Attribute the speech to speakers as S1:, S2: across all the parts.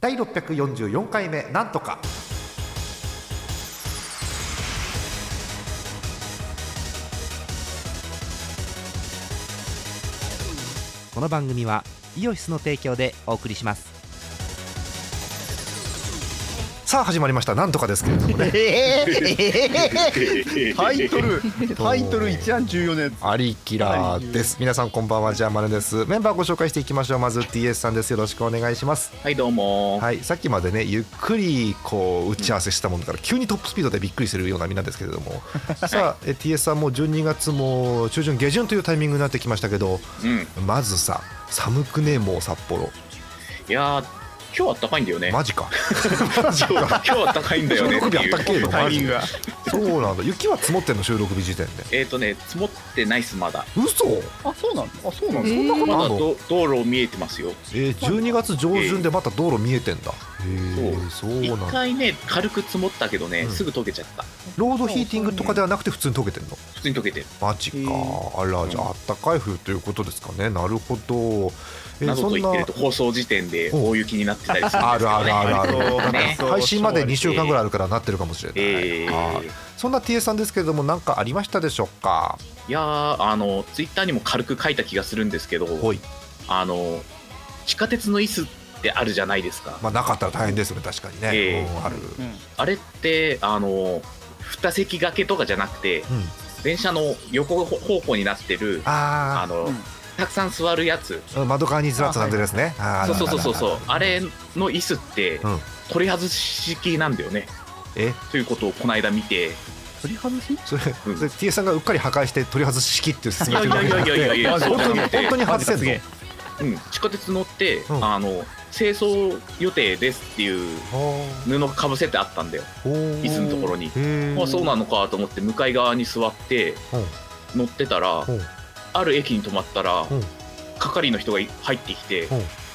S1: 第644回目なんとか
S2: この番組はイオシスの提供でお送りします
S1: さあ始まりましたなんとかですけれ どもね
S3: タイ トル、タイトル一案重要なやつ。
S1: ありきらです皆さんこんばんはジャーマネですメンバーご紹介していきましょうまず TS さんですよろしくお願いします
S3: はい、どうも。
S1: はいさっきまでねゆっくりこう打ち合わせしたもんだから急にトップスピードでびっくりするような身なんですけれど もさあえ TS さんも12月も中旬下旬というタイミングになってきましたけど
S3: うん、い
S1: まずさ寒くねえもう札幌
S3: やー、今日あったかいんだよね。
S1: マジか
S3: 今日今日あったかいんだよねってい
S1: 収録日あったけえの
S3: うタイミングが。
S1: そうなんだ雪は積もってんの収録日時点で
S3: えっとね、積もってないっす、まだ。
S1: 嘘
S4: あ、そうなんあ、そうなんで
S5: え
S4: すそん
S5: ー
S4: なこと
S3: ま
S1: な
S3: だ
S1: んだ
S3: ど道路見えてますよ。
S1: えー、12月上旬でまた道路見えてんだへえそう
S3: 一
S1: なんだ
S3: 回ね、軽く積もったけどね、
S1: うん
S3: すぐ溶けちゃった。
S1: ロードヒーティングとかではなくて普通に溶けてんの
S3: 普通に溶けてる。
S1: マジか
S4: へ
S1: あらじゃああったかい冬ということですかねなるほどえ
S3: な
S1: ー
S3: ど
S1: そ
S3: と
S1: ん
S3: 言って
S1: な
S3: ると、放送時点で大雪になってたりするんですけど、ね。
S1: あるあるあるある
S4: そう
S1: なんか
S3: ね
S1: 配信まで2週間ぐらいあるからなってるかもしれない、
S3: えー
S1: はいそんな TS さんですけれども何かありましたでしょうか
S3: いやーあのツイッターにも軽く書いた気がするんですけど、
S1: ほい
S3: あの地下鉄の椅子ってあるじゃないですか、
S1: まあなかったら大変ですよね確かにね、
S3: えー
S1: うんある、
S3: あれってあの2席掛けとかじゃなくて
S1: うん、
S3: 電車の横方向になってるあ
S1: あ
S3: の、
S4: うん
S3: たくさん座るやつ
S1: あ窓側にずらっと並んでるやつねあー
S3: そうそうそうそう
S1: あ
S3: そうあれの椅子って
S1: うん
S3: 取り外し式なんだよね
S1: らららえ
S3: ということをこの間見て
S4: 取り外し
S1: それ、
S3: うん
S1: それ TS さんがうっかり破壊して取り外し式っていう説
S3: い
S1: 明を
S3: やいやいやいやい
S1: 本
S3: や
S1: 当に
S3: そうじゃなくて
S1: 本当に外せん
S4: す
S1: の
S4: げえ
S3: うん、地下鉄乗って、
S1: うん
S3: あの清掃予定ですっていう
S1: あ
S3: 布かぶせてあったんだよ
S1: ーおー
S3: 椅子のところに
S1: へ
S3: まあ、そうなのかと思って向かい側に座って乗ってたら
S1: うん
S3: ある駅に止まったら
S1: うん
S3: 係の人が入ってきて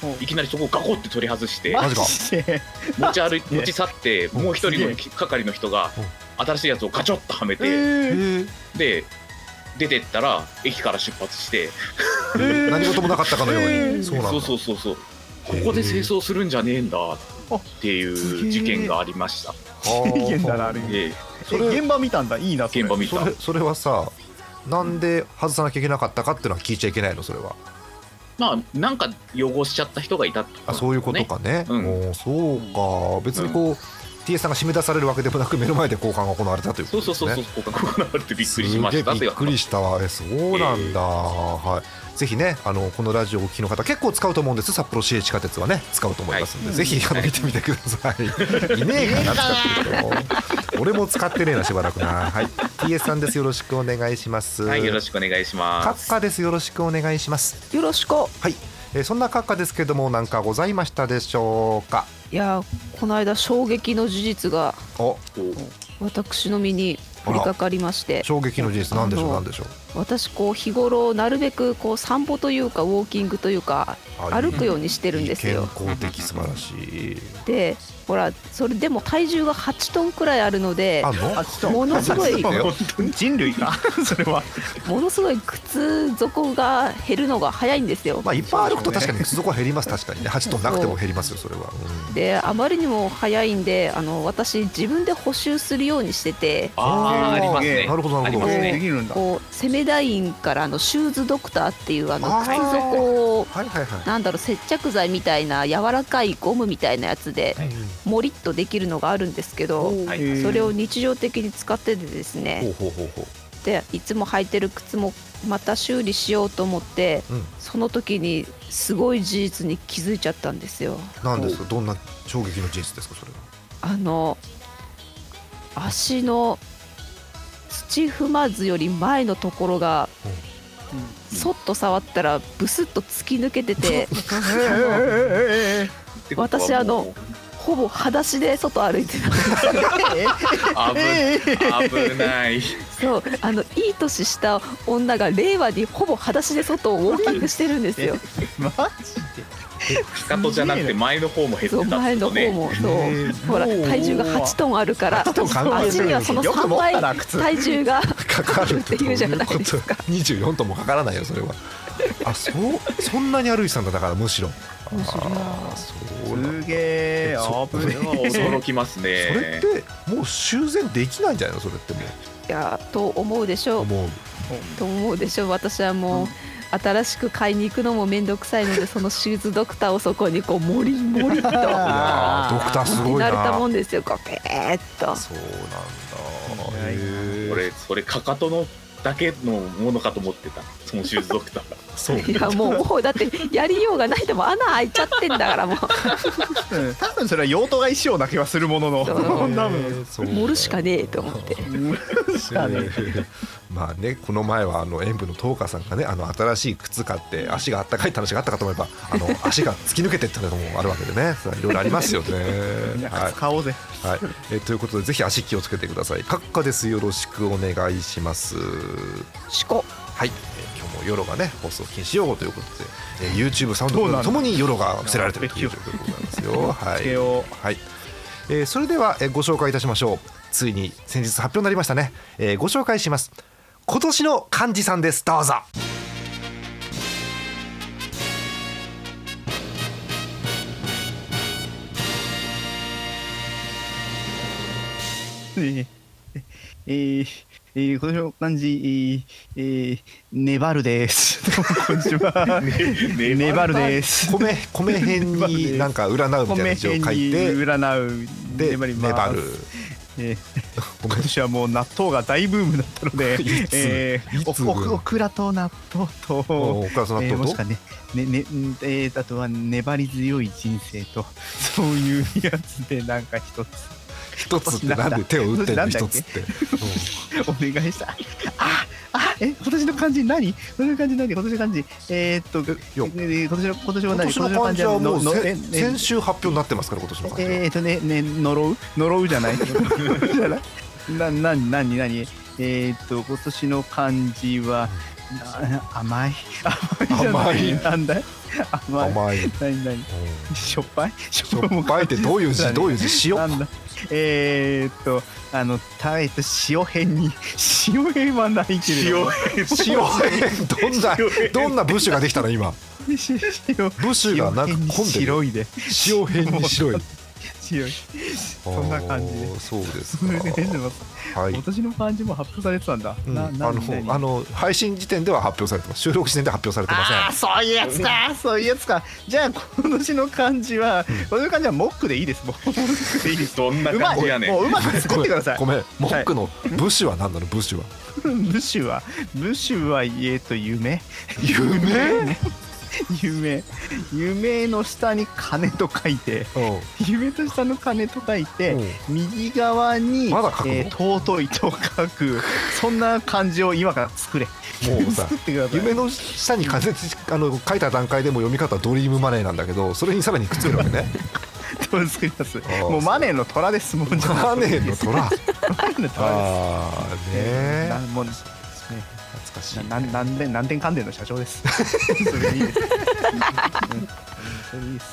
S4: うん
S3: いきなりそこをガコって取り外して
S1: マジか
S4: で
S3: 持ち 歩い持ち去って
S1: ん
S3: もう一人
S4: う
S3: の
S4: ん
S3: 係の人が
S1: うん
S3: 新しいやつをガチョッとはめ
S4: え
S3: て
S4: ー
S1: ー
S3: で出てったら駅から出発して
S4: えー
S1: 何事もなかったかのように、
S4: えー
S1: そうなんだ
S3: そうそうそうそうここで清掃するんじゃねえんだっていう事件がありました
S1: あー
S4: 事件だなあれ
S3: で
S1: そ
S4: え
S1: れ
S4: 現場見たんだ。いいな。それ
S3: 現場見た
S1: それそれはさなんで外さなきゃいけなかったかっていうのは聞いちゃいけないのそれは
S3: まあなんか汚しちゃった人がいたって
S1: あそういうことかね
S3: うん
S1: おーそうか別にこう、TS さんが締め出されるわけでもなく目の前で交換が行われたというこ
S3: そう
S1: と
S3: そう
S1: です
S3: そう
S1: ね
S3: そうここがあるってびっくりしまし
S1: すげ
S3: た
S1: え
S3: って
S1: びっ
S3: やつ
S1: くりしたわえそうなんだ、はいぜひねあのこのラジオをお聞きの方結構使うと思うんです札幌市営地下鉄はね使うと思いますんで、
S4: はい
S1: ぜひあの
S3: はい
S1: 見てみてください、い、ねえかな使ってるけど俺も使ってねえなしばらくなはい TS さんですよろしくお願いします
S3: はい、よろしくお願いし
S1: カ
S3: ま
S1: ッ
S3: す。
S1: カですよろしくお願いします
S5: よろしく
S1: はい、えーそんなカッカですけども何かございましたでしょうか
S5: いやーこの間衝撃の事実が
S1: お
S5: 私の身に降りかかりまして
S1: 衝撃の事実なんでしょう
S5: あの
S1: なんでしょう
S5: 私こう日頃なるべくこう散歩というかウォーキングというか
S1: あ
S5: 歩くようにしてるんです
S1: 健
S5: よ
S1: 康的素晴らしい
S5: でほらそれでも体重が8トンくらいあるので
S1: あんの
S4: あ、ちょっ
S5: ものすごい
S1: そう
S4: と。人類か。 それは。
S5: ものすごい靴底が減るのが早いんですよ
S1: まあ、いっぱい歩くと確かにそこは減り ます、確かにね、8トンなくても減りますよ、それは。
S5: であまりにも早いんであの私自分で補修するようにしてて
S3: あー、あります
S1: うんな
S3: ね。
S1: るほど、なるほ
S3: ありま
S1: ど。
S3: すね
S4: できるんだ。
S5: こうセメダインからあのシューズドクターっていうあの
S1: あー
S5: 靴底を
S1: はいはいは
S5: なんだろう接着剤みたいな柔らかいゴムみたいなやつで
S1: い。
S5: もりっとできるのがあるんですけど
S3: はい
S4: えー
S5: それを日常的に使っててですね
S1: ほうほうほうほう。
S5: でいつも履いてる靴もまた修理しようと思って
S1: うん
S5: その時にすごい事実に気づいちゃったんですよ。
S1: なんですか、どんな衝撃の事実ですか、そ れは。
S5: あの足の土踏まずより前のところがそっと触ったらブスッと突き抜けてて
S4: え
S3: ってことは
S5: 私あのほぼ裸足で外歩 いてた
S3: もう
S4: え
S3: 危危ない。
S5: そうあのいい年した女が令和にほぼ裸足で外をウォーキングしてるんですよ
S4: マ
S3: かかとじゃなくて前の方も減って
S5: そう
S3: たっ
S5: 前
S3: て
S5: の
S3: こと
S5: 方
S3: ね。
S5: もそう、
S1: え
S5: ほら
S4: もう
S5: 体重が8トンあるから
S1: 8トン関係
S5: 足にはその
S4: よく
S5: 3
S4: 持ったな
S5: 倍
S4: 靴
S5: 体重が
S1: かかるって
S5: っていうじゃない
S1: どう
S5: です
S1: こと24トンもかからないよ、そ れは。あそうそんなに歩いてたんだ、だからむしろ。あ
S5: むしろ
S1: ーそうなん
S4: ジ
S1: だ
S4: すげ
S1: え
S4: あぶ
S3: それは驚きます
S1: それ
S3: ね。
S1: ってもう修繕できないんじゃないのそれっても
S5: いやと思うでし
S1: う
S5: ょう
S1: 思う
S5: と思うでしょう私はもう、新しく買いに行くのも面倒くさいのでそのシューズドクターをそこにこうもりも りっと
S1: あドクターすごい
S5: 慣れ
S1: な
S5: たもんですよこうペーっと
S1: そうなんだ
S4: 偉いな
S1: へえ
S3: これ、それ、かかとのだけのものかと思ってた、そのシューズドクターが。
S1: そう
S5: いやもうもうだってやりようがないでも穴開いちゃってんだからも
S4: うん多分それは用途が一生な気はするものの
S5: そう
S1: へ
S4: 多
S1: え
S4: 分
S1: そう
S5: う
S1: だよ
S5: 盛るしかねえと思って
S4: したね
S1: まあねこの前はあの演舞の東花さんがねあの新しい靴買って足があったかいって話があったかと思えばあ の足が突き抜けてったのもあるわけでねいろいろありますよ ね
S4: みんな
S1: は
S4: 靴買おうぜ
S1: い、はい、えということでぜひ足気をつけてください閣下ですよろしくお願いします
S5: しこ
S1: はい、えー今日も夜がね放送禁止用語ということで、えー YouTube サウンドクラウドともに夜が伏せられてるという状況でござい ますよは
S4: つ
S1: い
S4: けよ
S1: はい、えーそれでは、えーご紹介いたしましょうついに先日発表になりましたね、えーご紹介します今年の漢字さんですどうぞ
S4: うえーえーえー、今年の漢字、えーえー、粘るです。どうもこんにち は。
S3: ね
S4: 粘るです。
S1: 米米編になんか占うみたいな字を書いて
S4: 占う
S1: で
S4: 粘ります
S1: 粘 る
S4: えー
S1: ごめん
S4: 今年はもう納豆が大ブームだったので
S1: いつ
S4: え
S1: いつ
S4: ー、おおオクラと納豆と
S1: おお母さん
S4: えー
S1: 納
S4: も
S1: 豆
S4: し
S1: と
S4: かねねね、んえーあとは粘り強い人生とそういうやつでなんか一つ
S1: 一つってなんで手を打ってる
S4: な
S1: の
S4: んだ
S1: 一
S4: っけ
S1: つって
S4: お願いしたああえ今年の漢字何今年の漢字何今年の漢字えー、っと
S1: よ
S4: えー今年の今年は
S1: 今
S4: 何
S1: 年の漢字はもう
S4: のの
S1: せ
S4: えね
S1: 先週発表になってますから今年の漢字は
S4: えー、っとねね呪う呪うじゃないじゃない ななになになにえー、っと今年の漢字はな甘い甘いじゃ ないなんだい甘い
S1: 甘いうん
S4: 何何しょっぱいし
S1: しょっぱいってどういう字どういう字
S4: な
S1: 塩
S4: んだえー、っとあのたえっと塩編に塩編はないけれども
S1: 塩どんなどんな部首ができたの今
S4: 塩
S1: 部首がなんか
S4: 塩編に
S1: 混んでる
S4: 白いで
S1: 塩辺に白い
S4: 白い そんな感じで
S1: あーそうです
S4: それで出て
S1: か
S4: ます
S1: はい、
S4: 今年の漢字も発表されてたんだ、
S1: うん
S4: な
S1: あ
S4: な
S1: の
S4: 何
S1: あの配信時点では発表されてます収録時点では発表されてま
S4: ああ
S1: せ
S4: そういうやつかそういうやつかじゃあ今年の漢字は今年の漢字はモックでいいですもうモックでいいです
S3: どんな
S4: うま
S3: 感
S4: い
S3: じやねん
S4: も。ううまく
S1: ん
S4: 作ってください
S1: ごめんごめん文句の武士は何なの武士は
S4: 武士は武士はえっと夢
S1: 夢
S4: 夢夢の下に金と書いて
S1: う
S4: 夢の下の金と書いて、
S1: うん
S4: 右側に、
S1: まだ書くの
S4: えー尊いと書くそんな漢字を今から作れ
S1: んもうさ
S4: 作ってください
S1: 夢の下に仮説あの書いた段階でもう読み方はドリームマネーなんだけどそれにさらにくっつけるわけね
S4: を作ります
S1: ー
S4: もうマネーの虎ですも んじゃ
S1: マネーの虎
S4: マネーの虎です
S1: あー
S4: え
S1: ね
S4: ーなもうね
S1: 懐かしい
S4: ななんなんでなんでんかんでんの社長です それでいいです、うんそれでいいです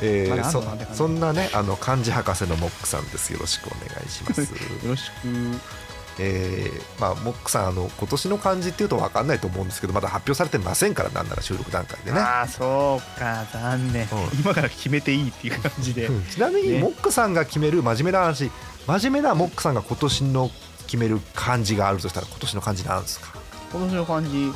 S1: え
S4: まだあん
S1: ー、
S4: の
S1: そ
S4: なんだかんだ
S1: そんなねあの漢字博士のモックさんですよろしくお願いします
S4: よろしく
S1: えーまあモックさんあの今年の漢字っていうと分かんないと思うんですけどまだ発表されてませんからなんなら収録段階でね
S4: ああそうか残念、
S1: ん
S4: 今から決めていいっていう感じで、
S1: うんちなみに
S4: ね
S1: モックさんが決める真面目な話真面目なモックさんが今年の決める漢字があるとしたら今年の漢字なんですか
S4: 今年の感じ、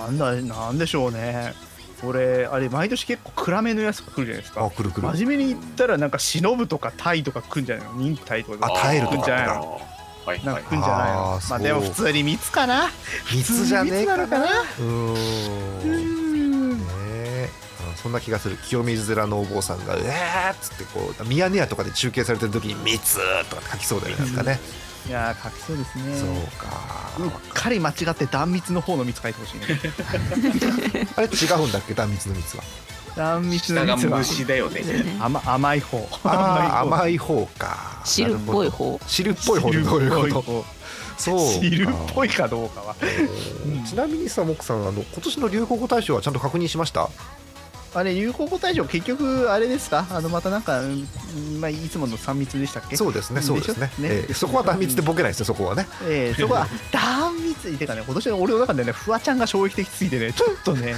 S4: なんだなんでしょうね俺あれ毎年結構暗めのやつが来るじゃないです
S1: あ
S4: か
S1: くるくる
S4: 真面目に言ったらなんか忍ぶとかタイとか来るんじゃないの忍耐とか
S1: あ耐えると
S4: 来
S1: か
S4: るんじゃない
S1: あ
S4: の
S3: はい
S4: なんか
S3: はい
S4: 来。るんじゃないの
S1: あー
S4: ま
S1: そ
S4: あ
S1: う
S4: でも普通に密かな
S1: 密じゃねえから
S4: 密なのかな
S1: うーんねえあそんな気がする清水寺のお坊さんが「うえー!」っつってこうミヤネ屋とかで中継されてる時に「密!」とか書きそうだよねなんかね、
S4: いやー書きそうですね
S1: そうか、
S4: うっかり間違って断密の方の密書いてほしいね
S1: あれ違うんだっけ断密の密は
S4: 断密
S3: 下
S4: の
S3: が
S4: 密は
S3: 虫だよね。
S4: 甘甘い方
S1: あー
S4: い
S1: 甘い方か
S5: 汁っぽい方
S1: 汁っぽ
S4: 方
S1: い方ってどういうこと
S4: と
S1: そう
S4: 汁っぽいかどうかは
S1: うんちなみにさもくさんあの今年の流行語大賞はちゃんと確認しました
S4: あれ、有効語大賞、結局、あれですか、あのまたなんか、うんまあ、いつもの3密でしたっけ
S1: そうですね、そうですね
S4: でしょ。ね
S1: ええそこは断密でボケないですね、そこはね。
S4: ええそこは断密にてかね今年の俺の中でねフワちゃんが衝撃的すぎてねちょっとね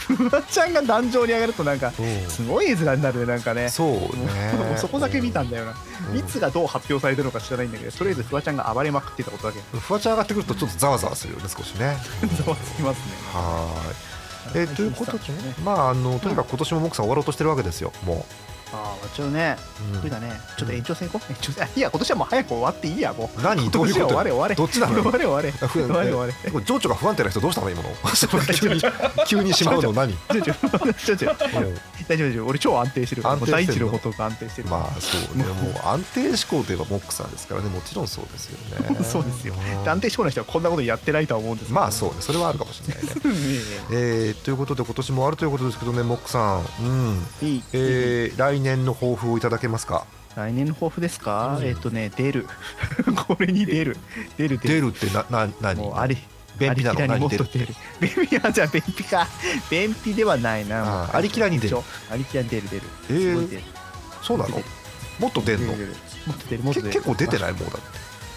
S4: フワちゃんが壇上に上がるとなんかすごい絵面になるねなんかね
S1: そう
S4: も
S1: ね
S4: う。そこだけ見たんだよな
S1: うん
S4: 密がどう発表されてるのか知らないんだけどとりあえずフワちゃんが暴れまくってたことだけ
S1: フワちゃん上がってくるとちょっとざわざわするよね少しね。
S4: ざわつきますね
S1: はーい。えーということでね、まああのとにかく今年もモクさん終わろうとしてるわけですよ。も
S4: ああちょっとね
S1: う。うん
S4: 冬だねちょっと延長戦行こう延長戦あいや今年はもう早く終わっていいやもう
S1: 何どういう
S4: 今年
S1: こ
S4: は終
S1: と
S4: われ終われ
S1: どっちなの
S4: 終われ終われ
S1: あふえ
S4: 終われ終われ
S1: えこれ情緒が不安定な人どうしたの 今の急に急にしまうの何
S4: ちょちょちょちょ大丈夫大丈夫俺超安定してるから
S1: 安定
S4: も
S1: して
S4: うん
S1: の
S4: 第一のことが安定してる
S1: まあそうねもう安定志向といえばモックさんですからねもちろんそうですよね
S4: そうですよ
S1: うん
S4: 安定志向の人はこんなことやってないとは思うんですけど
S1: まあそうねそれはあるかもしれないね
S4: う
S1: えーということで今年もあるということですけどねモックさんうん
S4: んいい
S1: えー来年の抱負をいただけますか
S4: 来年の抱負ですかえっとね出る これに出る出る
S1: 出
S4: 出る
S1: るってなな何
S4: もうあり
S1: 便秘なの
S4: ありきらに
S1: 何
S4: もっ
S1: 出
S4: と
S1: る
S4: 出る便秘はじゃあ便秘か 便秘ではないな
S1: あーありきらに出る
S4: ありきらに出る出る
S1: えー
S4: すごい出る
S1: そうなのもっと出んの
S4: 出るもっと出るもっ
S1: け
S4: と出る
S1: 結構出て
S4: い
S1: ないもうだっ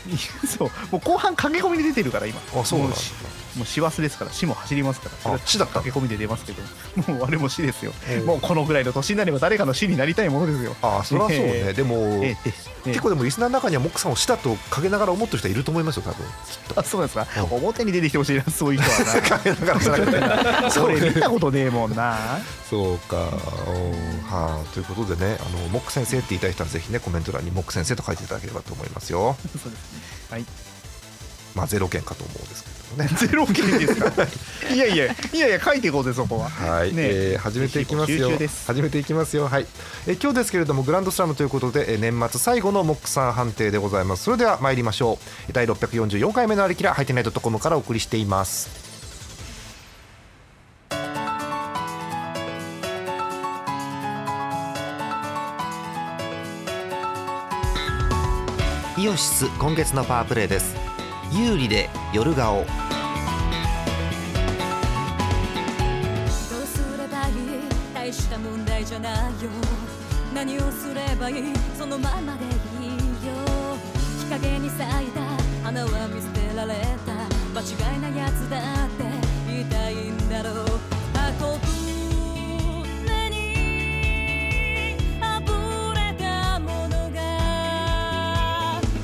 S4: そうもう後半駆け込みで出てるから今
S1: てあそうなん
S4: も
S1: だ
S4: しもう師走ですから師も走りますからそれは
S1: あ死だった
S4: 駆け込みで出ますけどもうあれも死ですよ
S1: うん
S4: もうこのぐらいの年になれば誰かの死になりたいものですよ
S1: あそりゃそう
S4: え
S1: ねでも
S4: ええええ
S1: 結構でもリスナーの中にはモックさんをしたと陰ながら思ってる人いると思いますよ多分
S4: あそうなんですか、
S1: うん
S4: 表に出てきてほしいなそういう人はな
S1: 陰ながらじゃなくて
S4: それ見たことねえもんな
S1: そうかうんはあということでねあのモック先生って言いたい人はぜひねコメント欄にモック先生と書いていただければと思いますよ
S4: そうですねはい
S1: まあゼロ件かと思うんですけどね
S4: ゼロ件ですかいやいやいやいや書いていこうぜそこは
S1: はい、
S4: ねえ
S1: えー始めていきますよ
S4: ぜひ募集中です
S1: 始めていきますよはい、えー今日ですけれどもグランドスラムということで、えー年末最後のモックさん判定でございますそれでは参りましょう第644回目のありきらハイテナイトコムからお送りしています
S2: イオシス今月のパワープレイです有利で夜顔
S6: どうすればいい大した問題じゃないよ何をすればいいそのままでいいよ日陰に咲いた花は見捨てられた間違いなやつだって言いたいんだろう運ぶ目に溢れたものが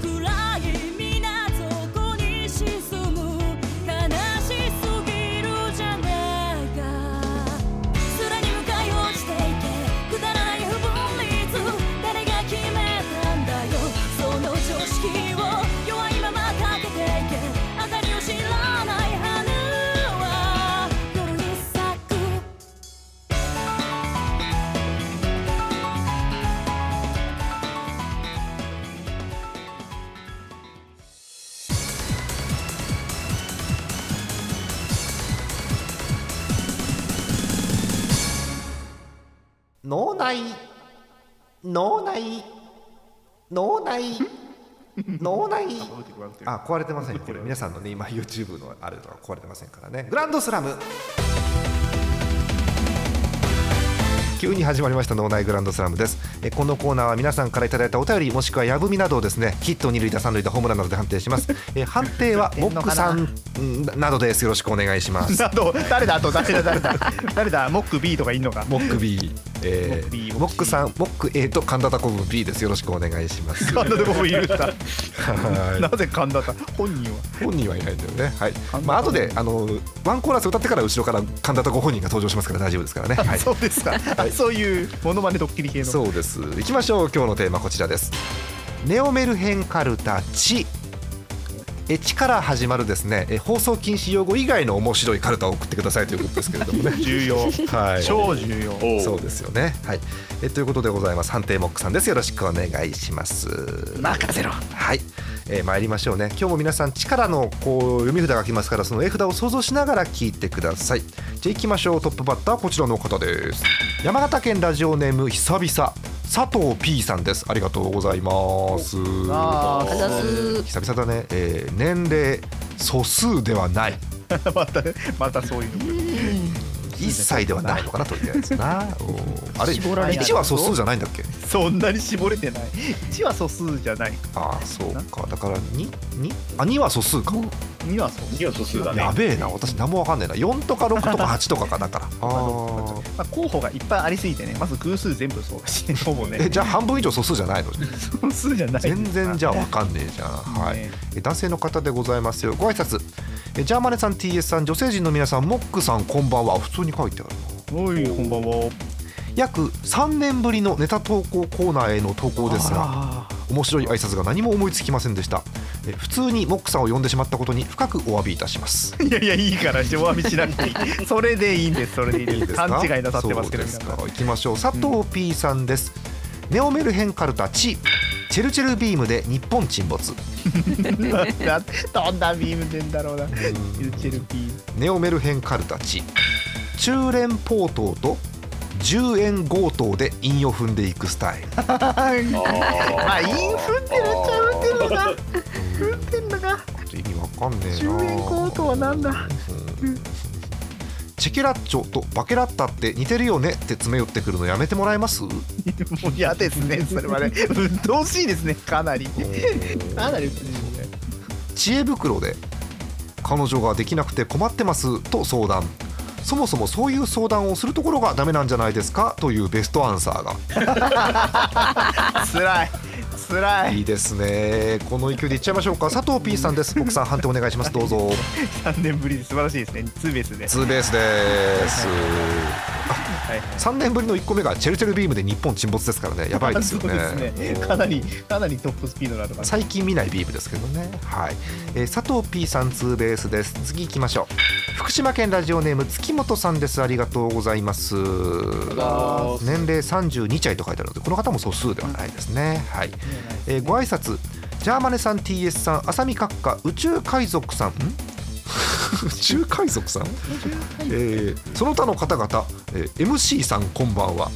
S6: 暗い港に沈む悲しすぎるじゃないか空に向かい落ちていけくだらない不分率誰が決めたんだよその常識を弱いままかけていけ当たりを知らない花は夜に咲く
S2: 脳内脳内脳内脳内
S1: あ壊れてま せんよこれ皆さんのね今 YouTube のあるのは壊れてませんからねグランドスラム急に始まりました脳内グランドスラムですえこのコーナーは皆さんからいただいたお便りもしくはやぶみなどをですねヒット二塁打三塁打ホームランなどで判定しますえ判定はモックさんうんなどですよろしくお願いします
S4: あと誰だあと誰だ誰だ誰だモック B とかいんの か
S1: モック B、え
S4: モック B
S1: ー、モックさんモック A と神田タコブ B ですよろしくお願いします は
S4: 神田とこいるんだ
S1: い
S4: なぜ神田だ本人は
S1: 本人はいないんだよね。はい。
S4: 神田
S1: まあ後
S4: さん
S1: であのワンコーラス歌ってから後ろから神田とご本人が登場しますから大丈夫ですからね。はい。
S4: そうですか、あそういうモノマネドッキリ系の。
S1: そうです。行きましょう。今日のテーマこちらです。ネオメルヘンカルタチ。えチから始まるですね。え放送禁止用語以外の面白いカルタを送ってくださいということですけれどもね
S4: 重要
S1: はい。
S4: 超重要
S3: おう
S1: そうですよね。はい。えということでございます。判定モックさんです。よろしくお願いします。
S4: 任せろ
S1: はい、えー、参りましょうね今日も皆さん力のこう読み札が来ますからその絵札を想像しながら聞いてくださいじゃあ行きましょうトップバッターはこちらの方です山形県ラジオネーム久々佐藤 P さんですありがとうございます
S4: あ
S5: あざす
S1: 久々だね、えー年齢素数ではない
S4: またまたそういうの
S1: 一切ではないのかなとりあえずな うんあれ
S4: 絞られない
S1: 1は素数じゃないんだっけ
S4: そんなに絞れてない1は素数じゃない
S1: ああそうかだから 2? 2? あ2は素数か
S4: 2は素数
S3: 次は素数だね
S1: やべえな私何もわかんないな4とか6とか8とか かだからあー
S4: まあ、候補がいっぱいありすぎてねまず偶数全部そうだ しほぼね
S1: えじゃあ半分以上素数じゃないの
S4: 素数じゃない
S1: 全然じ ゃあ
S4: あ
S1: わかんねえじゃん、はい
S4: ね
S1: え男性の方でございますよご挨拶えジャーマネさん TS さん女性陣の皆さんモックさんこんばんは普通に書いてある
S4: おいこんばんは
S1: 約3年ぶりのネタ投稿コーナーへの投稿ですが
S4: あ
S1: 面白い挨拶が何も思いつきませんでしたえ普通にモックさんを呼んでしまったことに深くお詫びいたします
S4: ーいやいやいいからしてお詫びしなくていいそれでいいんですそれでいいです
S1: いいですか
S4: 勘違いなさってますけど
S1: そうです
S4: 皆
S1: か
S4: さん
S1: 行きましょう佐藤 P さんです、ネオメルヘンカルタチチェルチェルビームで日本沈没
S4: などんなビーム出んだろうなユーチェルピー
S1: ネオメルヘンカルタチ中連ポートと10円強盗で陰を踏んでいくスタイ ル
S3: あー
S4: まあインフってるっちゃうんってるのがうんってんのが
S1: 意味わかんねえな
S4: 10円強盗はなんだ
S1: うんチェケラッチョとバケラッタって似てるよねって詰め寄ってくるのやめてもらえます
S4: もう嫌ですねそれはね鬱陶しいですねかなりかなり鬱陶しいね
S1: 知恵袋で彼女ができなくて困ってますと相談そもそもそういう相談をするところがダメなんじゃないですかというベストアンサーが
S4: つらいつらい
S1: いいですねこの勢いでいっちゃいましょうか佐藤 P さんです奥さん判定お願いしますどうぞ
S4: 3年ぶりで素晴らしいですねツーベースで
S1: ツーベースです
S4: はいはい
S1: 3年ぶりの1個目がチェルチェルビームで日本沈没ですからねやばいですよね
S4: そうですねかなりかなりトップスピードなのかな
S1: 最近見ないビームですけどね、はいえー佐藤 P さんツーベースです次行きましょう福島県ラジオネーム月本さんですありがとうございます
S3: あ
S1: 年齢32歳と書いてあるのでこの方も素数ではないですね、はいえーご挨拶ジャーマネさん TS さん浅見閣下宇宙海賊さんん 宇宙海賊さん、えーその他の方々、えー MC さんこんばんは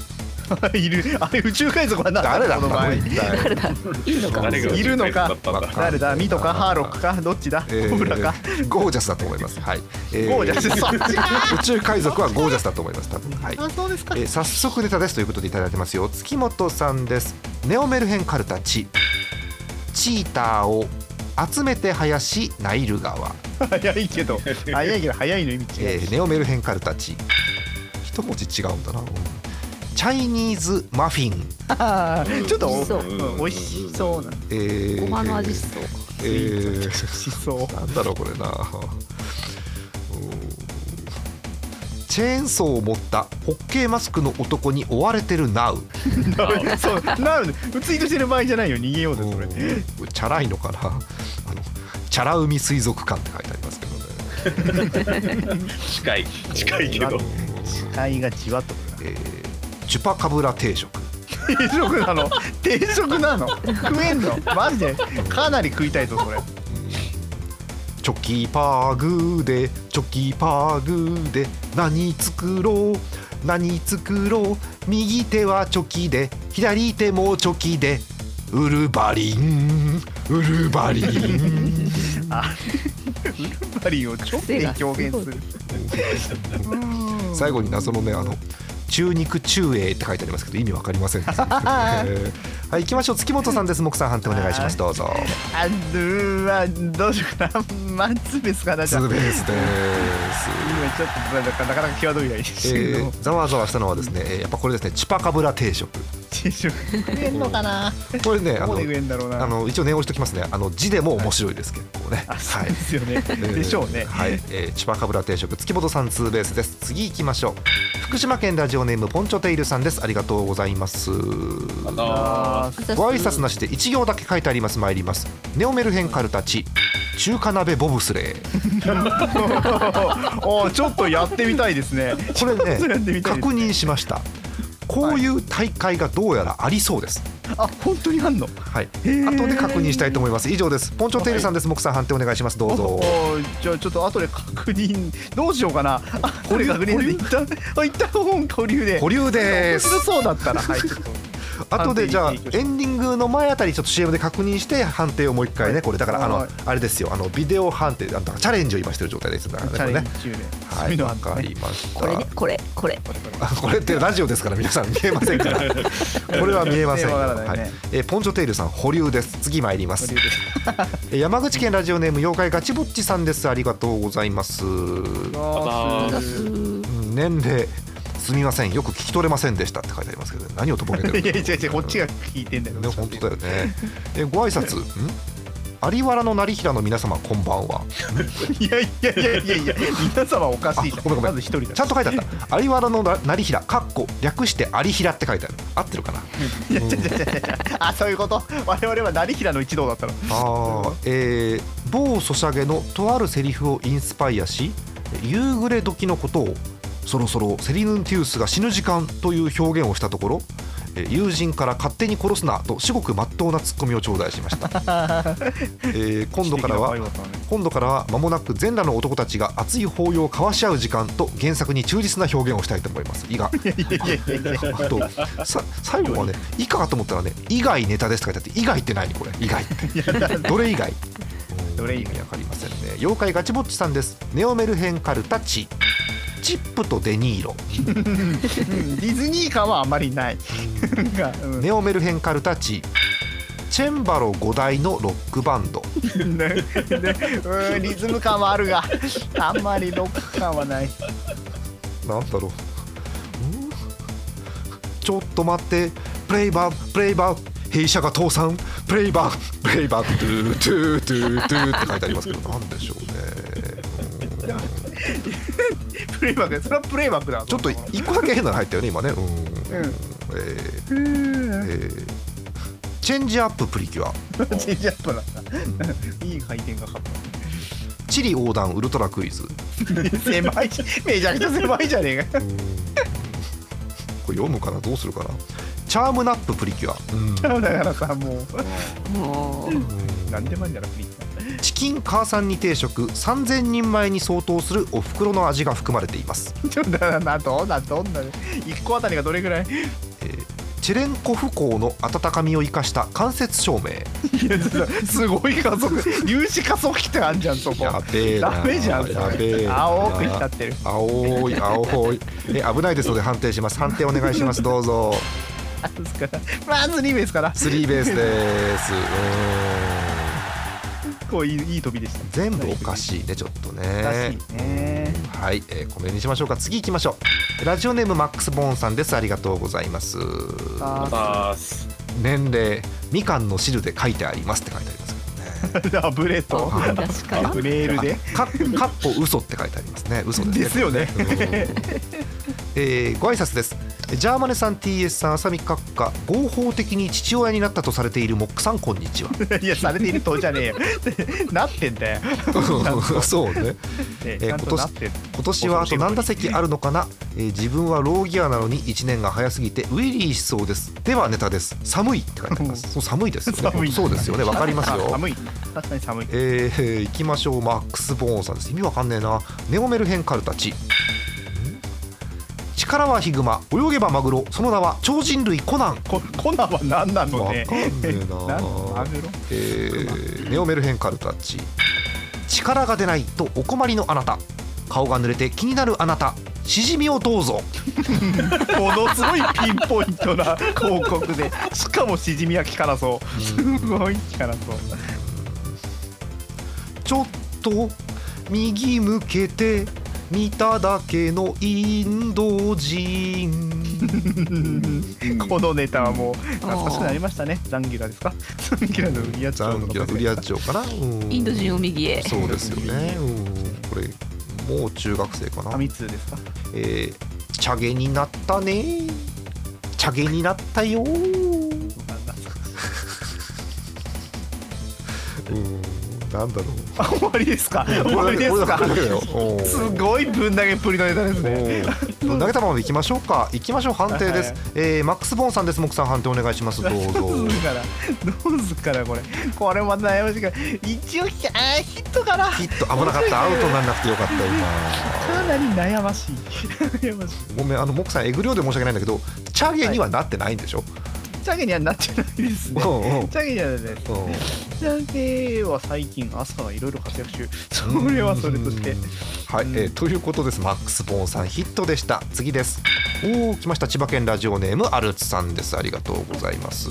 S1: い
S4: るあれ宇宙海賊は何
S1: 誰だ
S4: この場合
S1: 誰だ
S5: いいのか
S3: 誰が
S4: いるのか
S3: 宇宙海賊だったんだ
S4: 誰だミとかハーロックかどっちだ
S1: えー
S4: コブラか
S1: ゴージャスだと思います。はい。えー
S4: ゴージャスそっちか
S1: 宇宙海賊はゴージャスだと思います。多分。はい。
S4: あそうですか
S1: えー早速ネタですということでいただいてますよ。月本さんです。ネオメルヘンカルタチ。チーターを集めて林ナイル川。
S4: 早いけど早いけど早いの意味違
S1: え
S4: う
S1: ーネオメルヘンカルタチ。一文字違うんだな。うんチャイニーズマフィン。
S4: あーちょっと
S5: 美味しそう
S4: うん美味しそうな
S1: えー
S5: ごまの味しそう
S1: えー
S4: しそう
S1: なんだろうこれな。うんチェーンソーを持ったホッケーマスクの男に追われてるナウ。
S4: そうなるツイートしてる場合じゃないよ逃げようぜそれ
S1: うんチャラいのかな。あのチャラ海水族館って書いてありますけどね。
S3: 近い近いけど
S4: 視いがじわっとくるな
S1: えーチュパカブラ定食。
S4: 定食なの定食なの食えんのマジでかなり食いたいぞそれ
S1: チョキパーグーでチョキパーグーで何作ろう何作ろう右手はチョキで左手もチョキでウルバリンウルバリン
S4: ウルバリンをちょっと表現する
S1: 最後に謎のねあの中肉中英って書いてありますけど意味わかりませ ん、えーはい行きましょう月本さんです木さん判定お願いしますどうぞ
S4: あのーまあどうしようかなマンツーベースかなじ
S1: ツ
S4: ゃあ
S1: ー
S4: 今
S1: ベ
S4: ちょっ
S1: ースです
S4: となんかなかなか際どいがいいですけ
S1: え
S4: ど
S1: ーざわざわしたのはですねえーやっぱこれですねチュパカブラ定食
S4: 定食食えんのかな
S1: これねあ
S4: どこ
S1: の
S4: で食えんだろうな
S1: あの一応念を押しておきますね。あの字でも面白いですけどね。
S4: あそ
S1: は
S4: うで
S1: い。
S4: すよねでしょう
S1: えー
S4: ね
S1: はい、えー、千葉かぶら定食月本さんツーベースです。次行きましょう。福島県ラジオネームポンチョテイルさんです。ありがとうございます。
S3: あ
S1: ご
S3: の
S4: あー
S1: 挨拶なしで一行だけ書いてあります。参ります。ネオメルヘンカルタチ中華鍋ボブスレー。
S4: おーちょっとやってみたいですね
S1: こ れ
S4: ちょっとやって
S1: ね
S4: みたいです
S1: 確認しました。こういう大会がどうやらありそうです。
S4: あ本当にあんの
S1: はい。
S4: ー
S1: 後で確認したいと思います。以上です。ポンチョテイルさんです。木さん判定お願いします。どうぞ。
S4: おーじゃあちょっと後で確認どうしようかな保留確認で一旦あ一旦本保留で
S1: 保留です
S4: 面白。そうだったらはいちょっと
S1: 後でじゃあエ
S4: 判
S1: ン
S4: 定に
S1: ディングの前あたりちょっと CM で確認して判定をもう一回ねこれだからあ
S4: は
S1: の
S4: い
S1: あれですよあのビデオ判定あのだからチャレンジを今してる状態ですだからね
S4: チ
S1: こ
S4: ャ
S1: れねはい
S4: レンジ中で。そうい
S1: う
S4: の
S1: わ
S4: あるんだ
S1: か
S4: ね
S1: りました
S5: これねこれこれ
S1: あ これってラジオですから皆さん見えませんから これは見えませんよ
S4: わからないね
S1: はいえーポンチョテイルさん保留です次参ります
S4: 保留です
S1: えー山口県ラジオネーム妖怪ガチぼっちさんですありがとうございます
S4: あ
S3: また
S4: ー
S1: うん年齢すみませんよく聞き取れませんでしたって書いてありますけど何をとぼけてるん
S4: い
S1: だろう
S4: や違う違うこっちが聞いてんだよ
S1: ね本当だよねえご挨拶ん有原の成平の皆様こんばんはい
S4: やいやいやいやいや皆様おかしいじゃ
S1: あごめんご
S4: ん
S1: めん
S4: まず一人だ
S1: ちゃんと書いてあった有原のな成平かっこ略して有平って書いてある合ってるかない
S4: や違う違う違う違う あそういうこと我々は成平の一同だったの
S1: あーえー某ソシャゲのとあるセリフをインスパイアし夕暮れ時のことをそろそろセリヌンティウスが死ぬ時間という表現をしたところえー友人から勝手に殺すなと至極真っ当なツッコミを頂戴しました、えー今度からは
S4: 知的な会話だったのね
S1: 今度からは間もなく全裸の男たちが熱い抱擁を交わし合う時間と原作に忠実な表現をしたいと思います以外 あとさ最後はね以下かと思ったらね以外ネタですって書いてあって以外って何これ以外 ってどれ以外
S4: どれ以外
S1: わかりませんね妖怪ガチぼっちさんですネオメルヘンカルタチチップとデニーロ
S4: うんディズニー感はあまり ないがうん
S1: ネオメルヘンカルタチチェンバロ5台のロックバンド
S4: ねねうんリズム感はあるがあんまりロック感はない
S1: なんだろううんちょっと待ってプレイバープレイバー弊社が倒産プレイバープレイバートゥートゥートゥートゥーって書いてありますけどなんでしょうね
S4: プレイバックそれはプレイバックだ
S1: ちょっと一個だけ変なの入ったよね今ねうん、えーえーチェンジアッププリキュア
S4: チェンジアップなんだったいい回転がかかっ
S1: チリ横断ウルトラクイズ
S4: た狭いしめちゃくちゃ狭いじゃねえか
S1: これ読むかなどうするかなチャームナッププリキュア、
S4: だからさもう
S5: もう
S4: 何でもいいんだろプリン
S1: チキン母さんに定食3000人前に相当するお袋の味が含まれています
S4: ちょっとだなどんなどんな一個あたりがどれぐ らい
S1: チェレンコフ港の温かみを生かした間接照明
S4: すごい加速粒子加速器ってあんじゃんそこ
S1: やべえな
S4: ダメじゃんそれ
S1: やべえな
S4: 青く光ってる
S1: 青い青いえ危ないですので判定します判定お願いしますどうぞ
S4: あですからまずリーベースから
S1: スリーベースですうーん
S4: こういいいい飛びでした
S1: 全部おかしいねちょっと
S4: おかし
S1: ね
S4: いね
S1: はい、えー、この辺にしましょうか次行きましょうラジオネームマックス・ボーンさんですありがとうございます
S4: あ
S3: また
S1: 年齢みかんの汁で書いてありますって書いてあります
S4: ーアブレート
S5: あ確か
S4: ア
S5: に
S4: ブレールで
S1: か かっこ嘘って書いてありますね嘘ですね
S4: ですよね
S1: えーご挨拶ですジャーマネさん TS さん浅見閣下合法的に父親になったとされているモックさんこんに ちは
S4: いやされているとじゃねえよ なってんだよ
S1: そうね
S4: ね
S1: え
S4: ちゃんとな
S1: 今
S4: っ
S1: 年
S4: てんだよ
S1: 今年はあと何打席あるのかな、えー自分はローギアなのに1年が早すぎてウィリーしそうですではネタです寒いって書いてありますそう寒いですよね
S4: 寒い
S1: そうですよねわかりますよ
S4: あ 寒い確かに寒い
S1: えー、行きましょうマックス・ボーンさんです意味わかんねえなネオメルヘンカルタチん力はヒグマ泳げばマグロその名は超人類コナン
S4: こ粉は何なの
S1: わかんね
S4: ね
S1: えな
S4: なんマグロ
S1: えーネオメルヘンカルタチ力が出ないとお困りのあなた顔が濡れて気になるあなたしじみをどうぞ
S4: ものすごいピンポイントな広告でしかもしじみは木からそうすごい木からそう
S1: ちょっと右向けて見ただけのインド 人
S4: このネタはもう懐かしくなりましたねザンギュラですかザンギュラのウリアチ
S1: ザ
S4: ョウ
S1: ン
S4: の
S1: ギラウリアチョウかなうん
S5: インド人を右へ
S1: そうですよね。うんこれもう中学生か
S4: ファ
S1: な。
S4: ミ通ですか
S1: えー、茶毛になったね。茶毛になったよ。うんなんだろう。
S4: あ終わりですか 終わりですか
S1: これだけだよ。おー
S4: すごいぶん投げっぷりのネタです
S1: お
S4: ね
S1: ー投げたままいきましょうか。いきましょう判定です
S4: は。
S1: えーマックスボーンさんです。木さん判定お願いします。どう
S4: ど
S1: ぞ
S4: う。すからどうすからこれこれも悩ましいから一応ひあーヒットかな
S1: ヒット危なかった。アウトにならなくてよかった今。
S4: かなり悩ま しい悩ましい
S1: ごめんあの木さんえぐ量で申し訳ないんだけど、チャゲにはなってないんでしょ。
S4: チャゲにはなってないですね。
S1: おうおう
S4: チャゲにはなってないです。
S1: おう
S4: チャゲは最近、アスカがいろいろ活躍中。それはそれとして。
S1: はい、えーということですマックス・ボーンさんヒットでした次ですおお来ました千葉県ラジオネームアルツさんですありがとうございます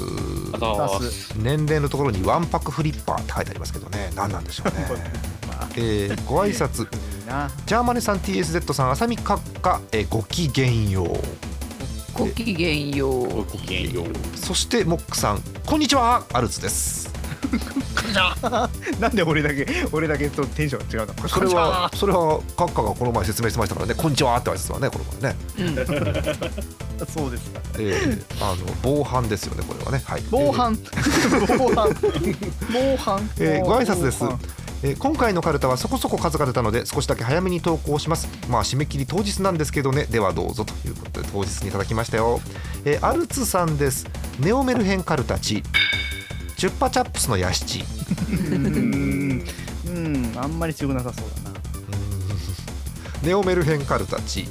S3: あざ
S4: 出
S3: ーす
S4: す。
S1: 年齢のところにわんぱくフリッパーって書いてありますけどね何なんでしょうね
S4: まあ、
S1: えーご挨拶
S4: いいな。
S1: ジャーマネさん TSZ さん浅見閣下、えーごきげんよう
S5: ごきげんよう
S3: ごきげんよう
S1: そしてモックさんこんにちはアルツです
S4: なんで俺だけ、俺だけとテンションが違うの
S1: それはそれは閣下がこの前説明してましたからねこんにちはって挨拶はねこの前ね、
S4: そうですか。
S1: えーあの防犯ですよねこれはねはい
S4: 防犯。防犯。防犯。
S1: えーご挨拶です
S4: 防犯。
S1: えー今回のカルタはそこそこ数が出たので少しだけ早めに投稿しますまあ締め切り当日なんですけどねではどうぞということで当日にいただきましたよ、えーアルツさんですネオメルヘンカルタチチュッパチャップスのヤシチ
S4: うん。うん、あんまり強くなさそうだな。
S1: ネオメルヘンカルタチ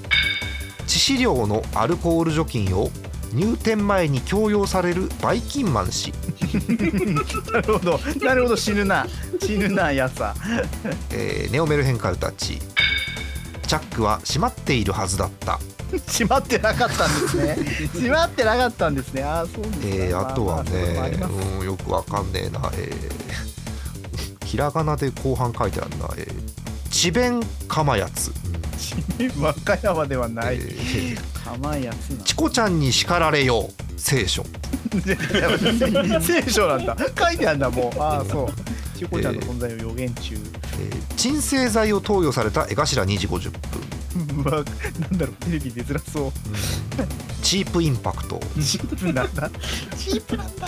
S1: 致死量のアルコール除菌を入店前に強要されるバイキンマン氏、
S4: なるほど、なるほど、死ぬな、死ぬな、やさ。
S1: えーネオメルヘンカルタチチャックは閉まっているはずだった、
S4: 閉まってなかったんで すね。閉まってなかったんですね。あー、そうです
S1: えーあとはね、
S4: ま
S1: うん、よくわかんねえな、えー ひらがなで後半書いてあるな、えー、智弁かまやつ、
S4: あ和歌山ではない。
S1: えー
S4: 構えやつな
S1: チコちゃんに叱られよう聖書、
S4: ん。 聖書なんだ。書いてあるんだ、もう。あー、そう。チコちゃんの存在を予言中。
S1: えー鎮静剤を投与された江頭2時50分
S4: うわ、 なんだろう、テレビ出づらそう。
S1: チープインパクト
S4: チープなんだ。チープなんだ。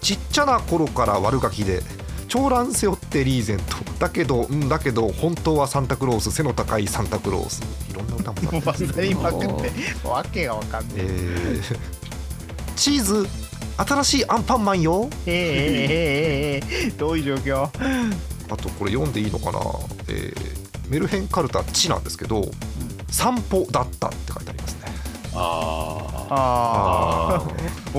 S1: ちっちゃな頃から悪ガキで長蘭背負ってリーゼントだけど、うん、だけど本当はサンタクロース背の高いサンタクロースいろんな歌も歌っ
S4: も う
S1: てま
S4: バ
S1: す
S4: ズりまくって、わけがわかん
S1: え
S4: ね
S1: ーチーズ新しいアンパンマンよ
S4: え。えーえーえーえーえーどういう状況
S1: あとこれ読んでいいのかな、えーメルヘンカルタチなんですけど散歩だったって書いてありますね
S3: あー
S4: ああ。
S3: あ ー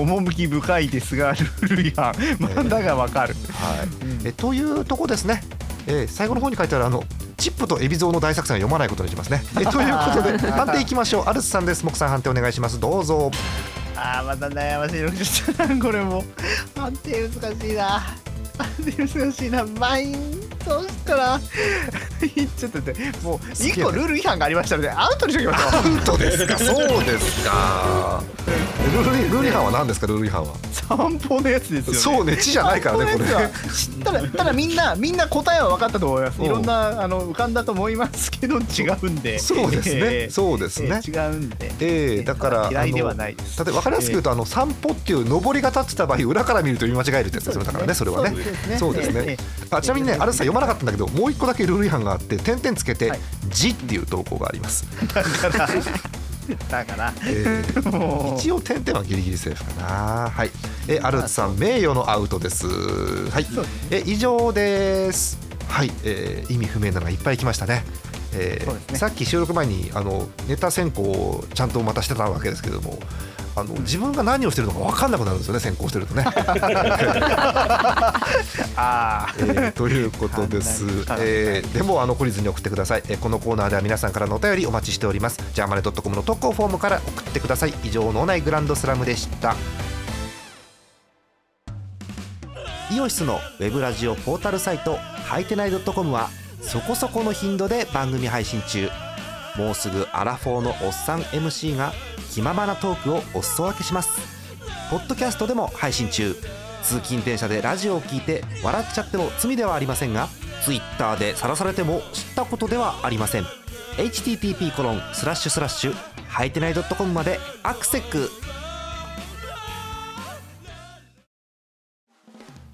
S4: 趣深いですがルール違反まだがわかる、
S1: はい、えというとこですね、えー最後の方に書いてあるあのチップとエビゾウの大作戦は読まないことにしますね。えということで判定いきましょうアルスさんです木さん判定お願いしますどうぞ
S4: ああまた悩ましいのしたなこれも判定難しいな判定難しいなマインどうしたらちょっと待ってもう1個ルール違反がありましたのでアウトにしときまし ょう
S1: アウトですかそうですかルールルール違反は何ですかルール違反は、
S4: 散歩のやつですよね
S1: そうね地じゃないからねこ
S4: 散歩
S1: れ
S4: のやつはただただみんなみんな答えは分かったと思いますいろんなあの浮かんだと思いますけど違うんで
S1: そうですね、
S4: えー
S1: そうですね、
S4: えー違うんで
S1: えーだから
S4: 嫌いでは
S1: あの
S4: ないで
S1: 例
S4: す
S1: えば分かりやすく言うと、あの散歩っていう上りが立ってた場合裏から見ると見間違えるってやつですよねだからねそれはね
S4: そうですね
S1: そうですね
S4: ええ
S1: あちなみにねあれさ読まなかったんだけどもう一個だけルール違反があって点々つけて
S4: はい
S1: 「じ」っていう投稿があります、
S4: だから
S1: えー
S4: もう
S1: 一応点々はギリギリセーフかなはいえアルツさん名誉のアウトですはい
S4: そうです
S1: え以上ですはい、えー意味不明なのがいっぱい来ましたねえー
S4: そうですね
S1: さっき収録前にあのネタ選考をちゃんとまたしてたわけですけどもあの自分が何をしてるのか分かんなくなるんですよね選考してるとね。
S4: あ
S1: えーということです
S4: 簡単、
S1: えーでもあの懲りずに送ってください、えーこのコーナーでは皆さんからのお便りお待ちしておりますじゃあマネドットコムの投稿フォームから送ってください以上脳内グランドスラムでした
S2: イオシスのウェブラジオポータルサイトハイテナイドットコムはそこそこの頻度で番組配信中もうすぐアラフォーのおっさん MC が気ままなトークをお裾分けしますポッドキャストでも配信中通勤電車でラジオを聞いて笑っちゃっても罪ではありませんが Twitter で晒されても知ったことではありません http コロンスラッシュスラッシュハイテナイドットコムまでアクセック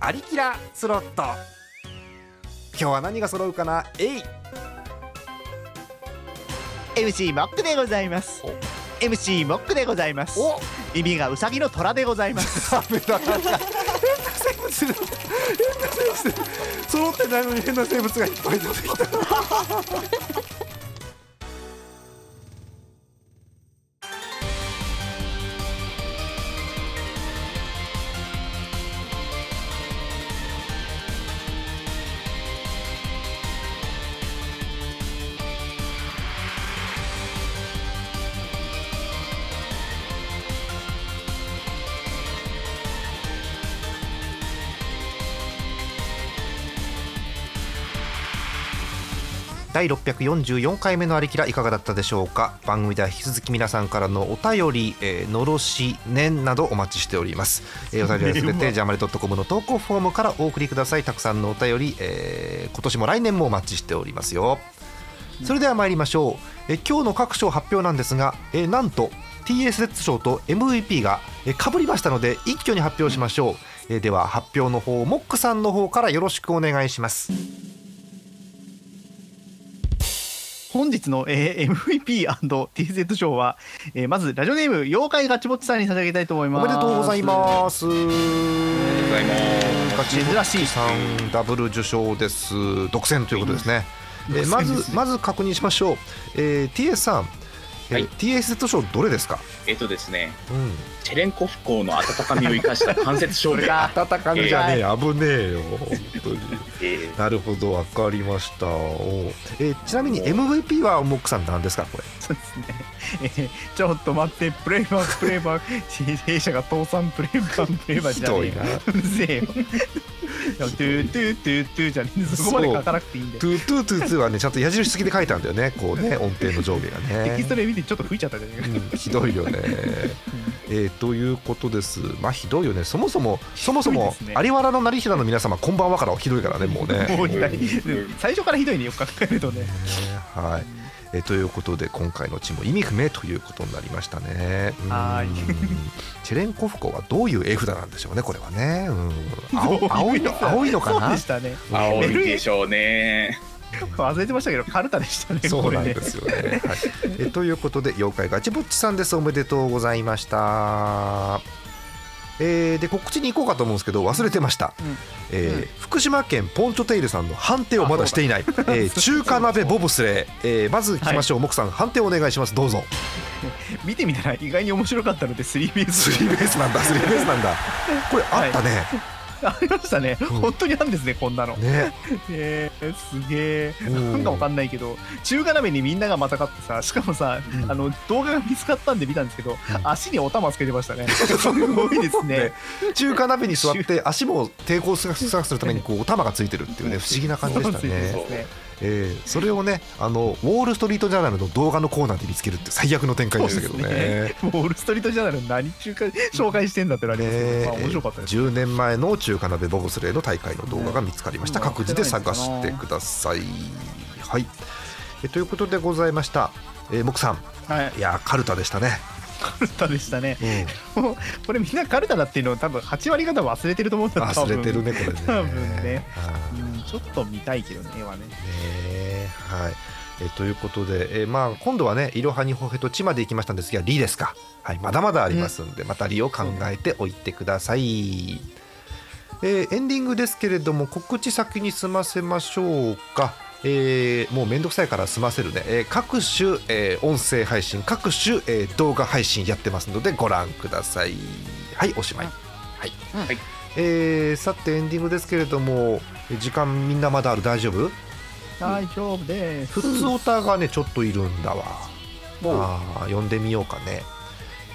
S1: アリキラスロット今日は何が揃うかなえい
S4: MC モックでございます
S1: お
S4: MC モックでございます
S1: お
S4: 耳がウサギの虎でございます
S1: ダメだ変な生物だ変な生物揃ってないのに変な生物がいっぱい出てきた
S2: 第644回目のありきらいかがだったでしょうか番組では引き続き皆さんからのお便り、えーのろし念などお待ちしております、えーお便りはすべてジャマレドットコムの投稿フォームからお送りくださいたくさんのお便り、えー今年も来年もお待ちしておりますよそれでは参りましょう、えー今日の各賞発表なんですが、えーなんと TSZ 賞と MVP がかぶりましたので一挙に発表しましょう、えーでは発表の方モックさんの方からよろしくお願いします
S4: 本日の、えー MVP&TZ 賞は、えーまずラジオネーム妖怪ガチボッチさんに差し上げたいと思い
S1: お
S4: ます
S1: めでとうございます
S3: ございます
S4: 珍しい
S1: さんダブル受賞です独占ということですね、えーまずまず確認しましょう、えー、TS さん、えー
S3: はい
S1: TSZ 賞どれですか、
S3: えっとですね
S1: うん、
S3: チェレンコフ港の温かみを生かした間接照明、
S1: 温かみじゃねえ、危ねえよ本当に
S3: えー
S1: なるほどわかりましたおうえーちなみに MVP はモックさんなんですかこれ
S4: そうですね、えーちょっと待ってプレイバープレイバー弊社が倒産プレイバープレイバーじゃねえようるせえよいやトゥートゥートゥートゥーじゃねえそこまで書かなくていいんだよ
S1: トゥートゥートゥートゥーはねちゃんと矢印付きで書いたんだよねこうね音程の上下が
S4: テキスト
S1: ね、
S4: で見てちょっと吹いちゃったじゃねえか
S1: うん、ひどいよねえーということですまあひどいよねそもそもそもそも
S4: ひどいですね
S1: 有原の成平の皆様こんばんはからはひどいからねもうね
S4: もう痛い最初からひどいねよく考えるとね
S1: はいえーということで今回の地も意味不明ということになりましたね。うん
S4: はーい
S1: チェレンコフコはどういう絵札なんでしょうねこれはね。うん、青青いの青いのか
S4: そう
S1: な
S4: で。したね
S3: 青いでしょうね
S4: 忘れてましたけどカルタでしたね
S1: そうなん
S4: これ
S1: で
S4: ね
S1: すよね。はい、えということで妖怪ガチぼっちさんですおめでとうございました。えーで告知に行こうかと思うんですけど忘れてました、
S4: ん
S1: えー
S4: うん
S1: 福島県ポンチョテイルさんの判定をまだしてい ない、えー中華鍋ボブスレー、えーまず聞きましょう、木さん判定お願いしますどうぞ
S4: 見てみたら意外に面白かったのでスリーベー
S1: ス
S4: ス
S1: リーベースなんだスリーベースなんだこれあったね、
S4: ありましたね、
S1: ん
S4: 本当にあるんですねこんなの
S1: ね
S4: えー、すげえ
S1: うん
S4: なんかわかんないけど中華鍋にみんながまたかってさしかもさ、
S1: うん
S4: あの動画が見つかったんで見たんですけど、足にお玉つけて ましたねすごいですね
S1: 中華鍋に座って足も抵抗を少なくするためにこうお玉がついてるっていうね不思議な感じでした
S4: そう
S1: ね
S4: ですね
S1: えーそれをねあのウォール・ストリート・ジャーナルの動画のコーナーで見つけるって最悪の展開でしたけど
S4: そうで
S1: ね。
S4: もうウォールストリートジャーナル何中華紹介してんだってのありますけど、
S1: ね
S4: まあ、面白かったです、
S1: 10年前の中華鍋ボブスレーの大会の動画が見つかりました、
S4: ね
S1: 各自で探してください。はい、えということでございました、えー、木さん
S4: はい
S1: いやーカルタでしたね。
S4: カルタでしたね
S1: うん
S4: もうこれみんなカルタだっていうのを多分8割方忘れてると思うんだ多
S1: 忘
S4: 分
S1: れてるねこれね。
S4: 多分ね
S1: はい
S4: うんちょっと見たいけどね絵はね
S1: ねはい。えということで、えーまあ今度はね、いろはにほへとちまで行きましたんですが、リですか。はい、まだまだありますんで、またリを考えておいてください。えーエンディングですけれども、告知先に済ませましょうか。えーもうめんどくさいから済ませるね、えー各種、えー音声配信各種、えー動画配信やってますのでご覧くださいはいおしまいはい、
S3: はい
S1: えーさてエンディングですけれども時間みんなまだある大丈夫
S4: 大丈夫です
S1: 普通オタがねちょっといるんだわ、ああ読んでみようかね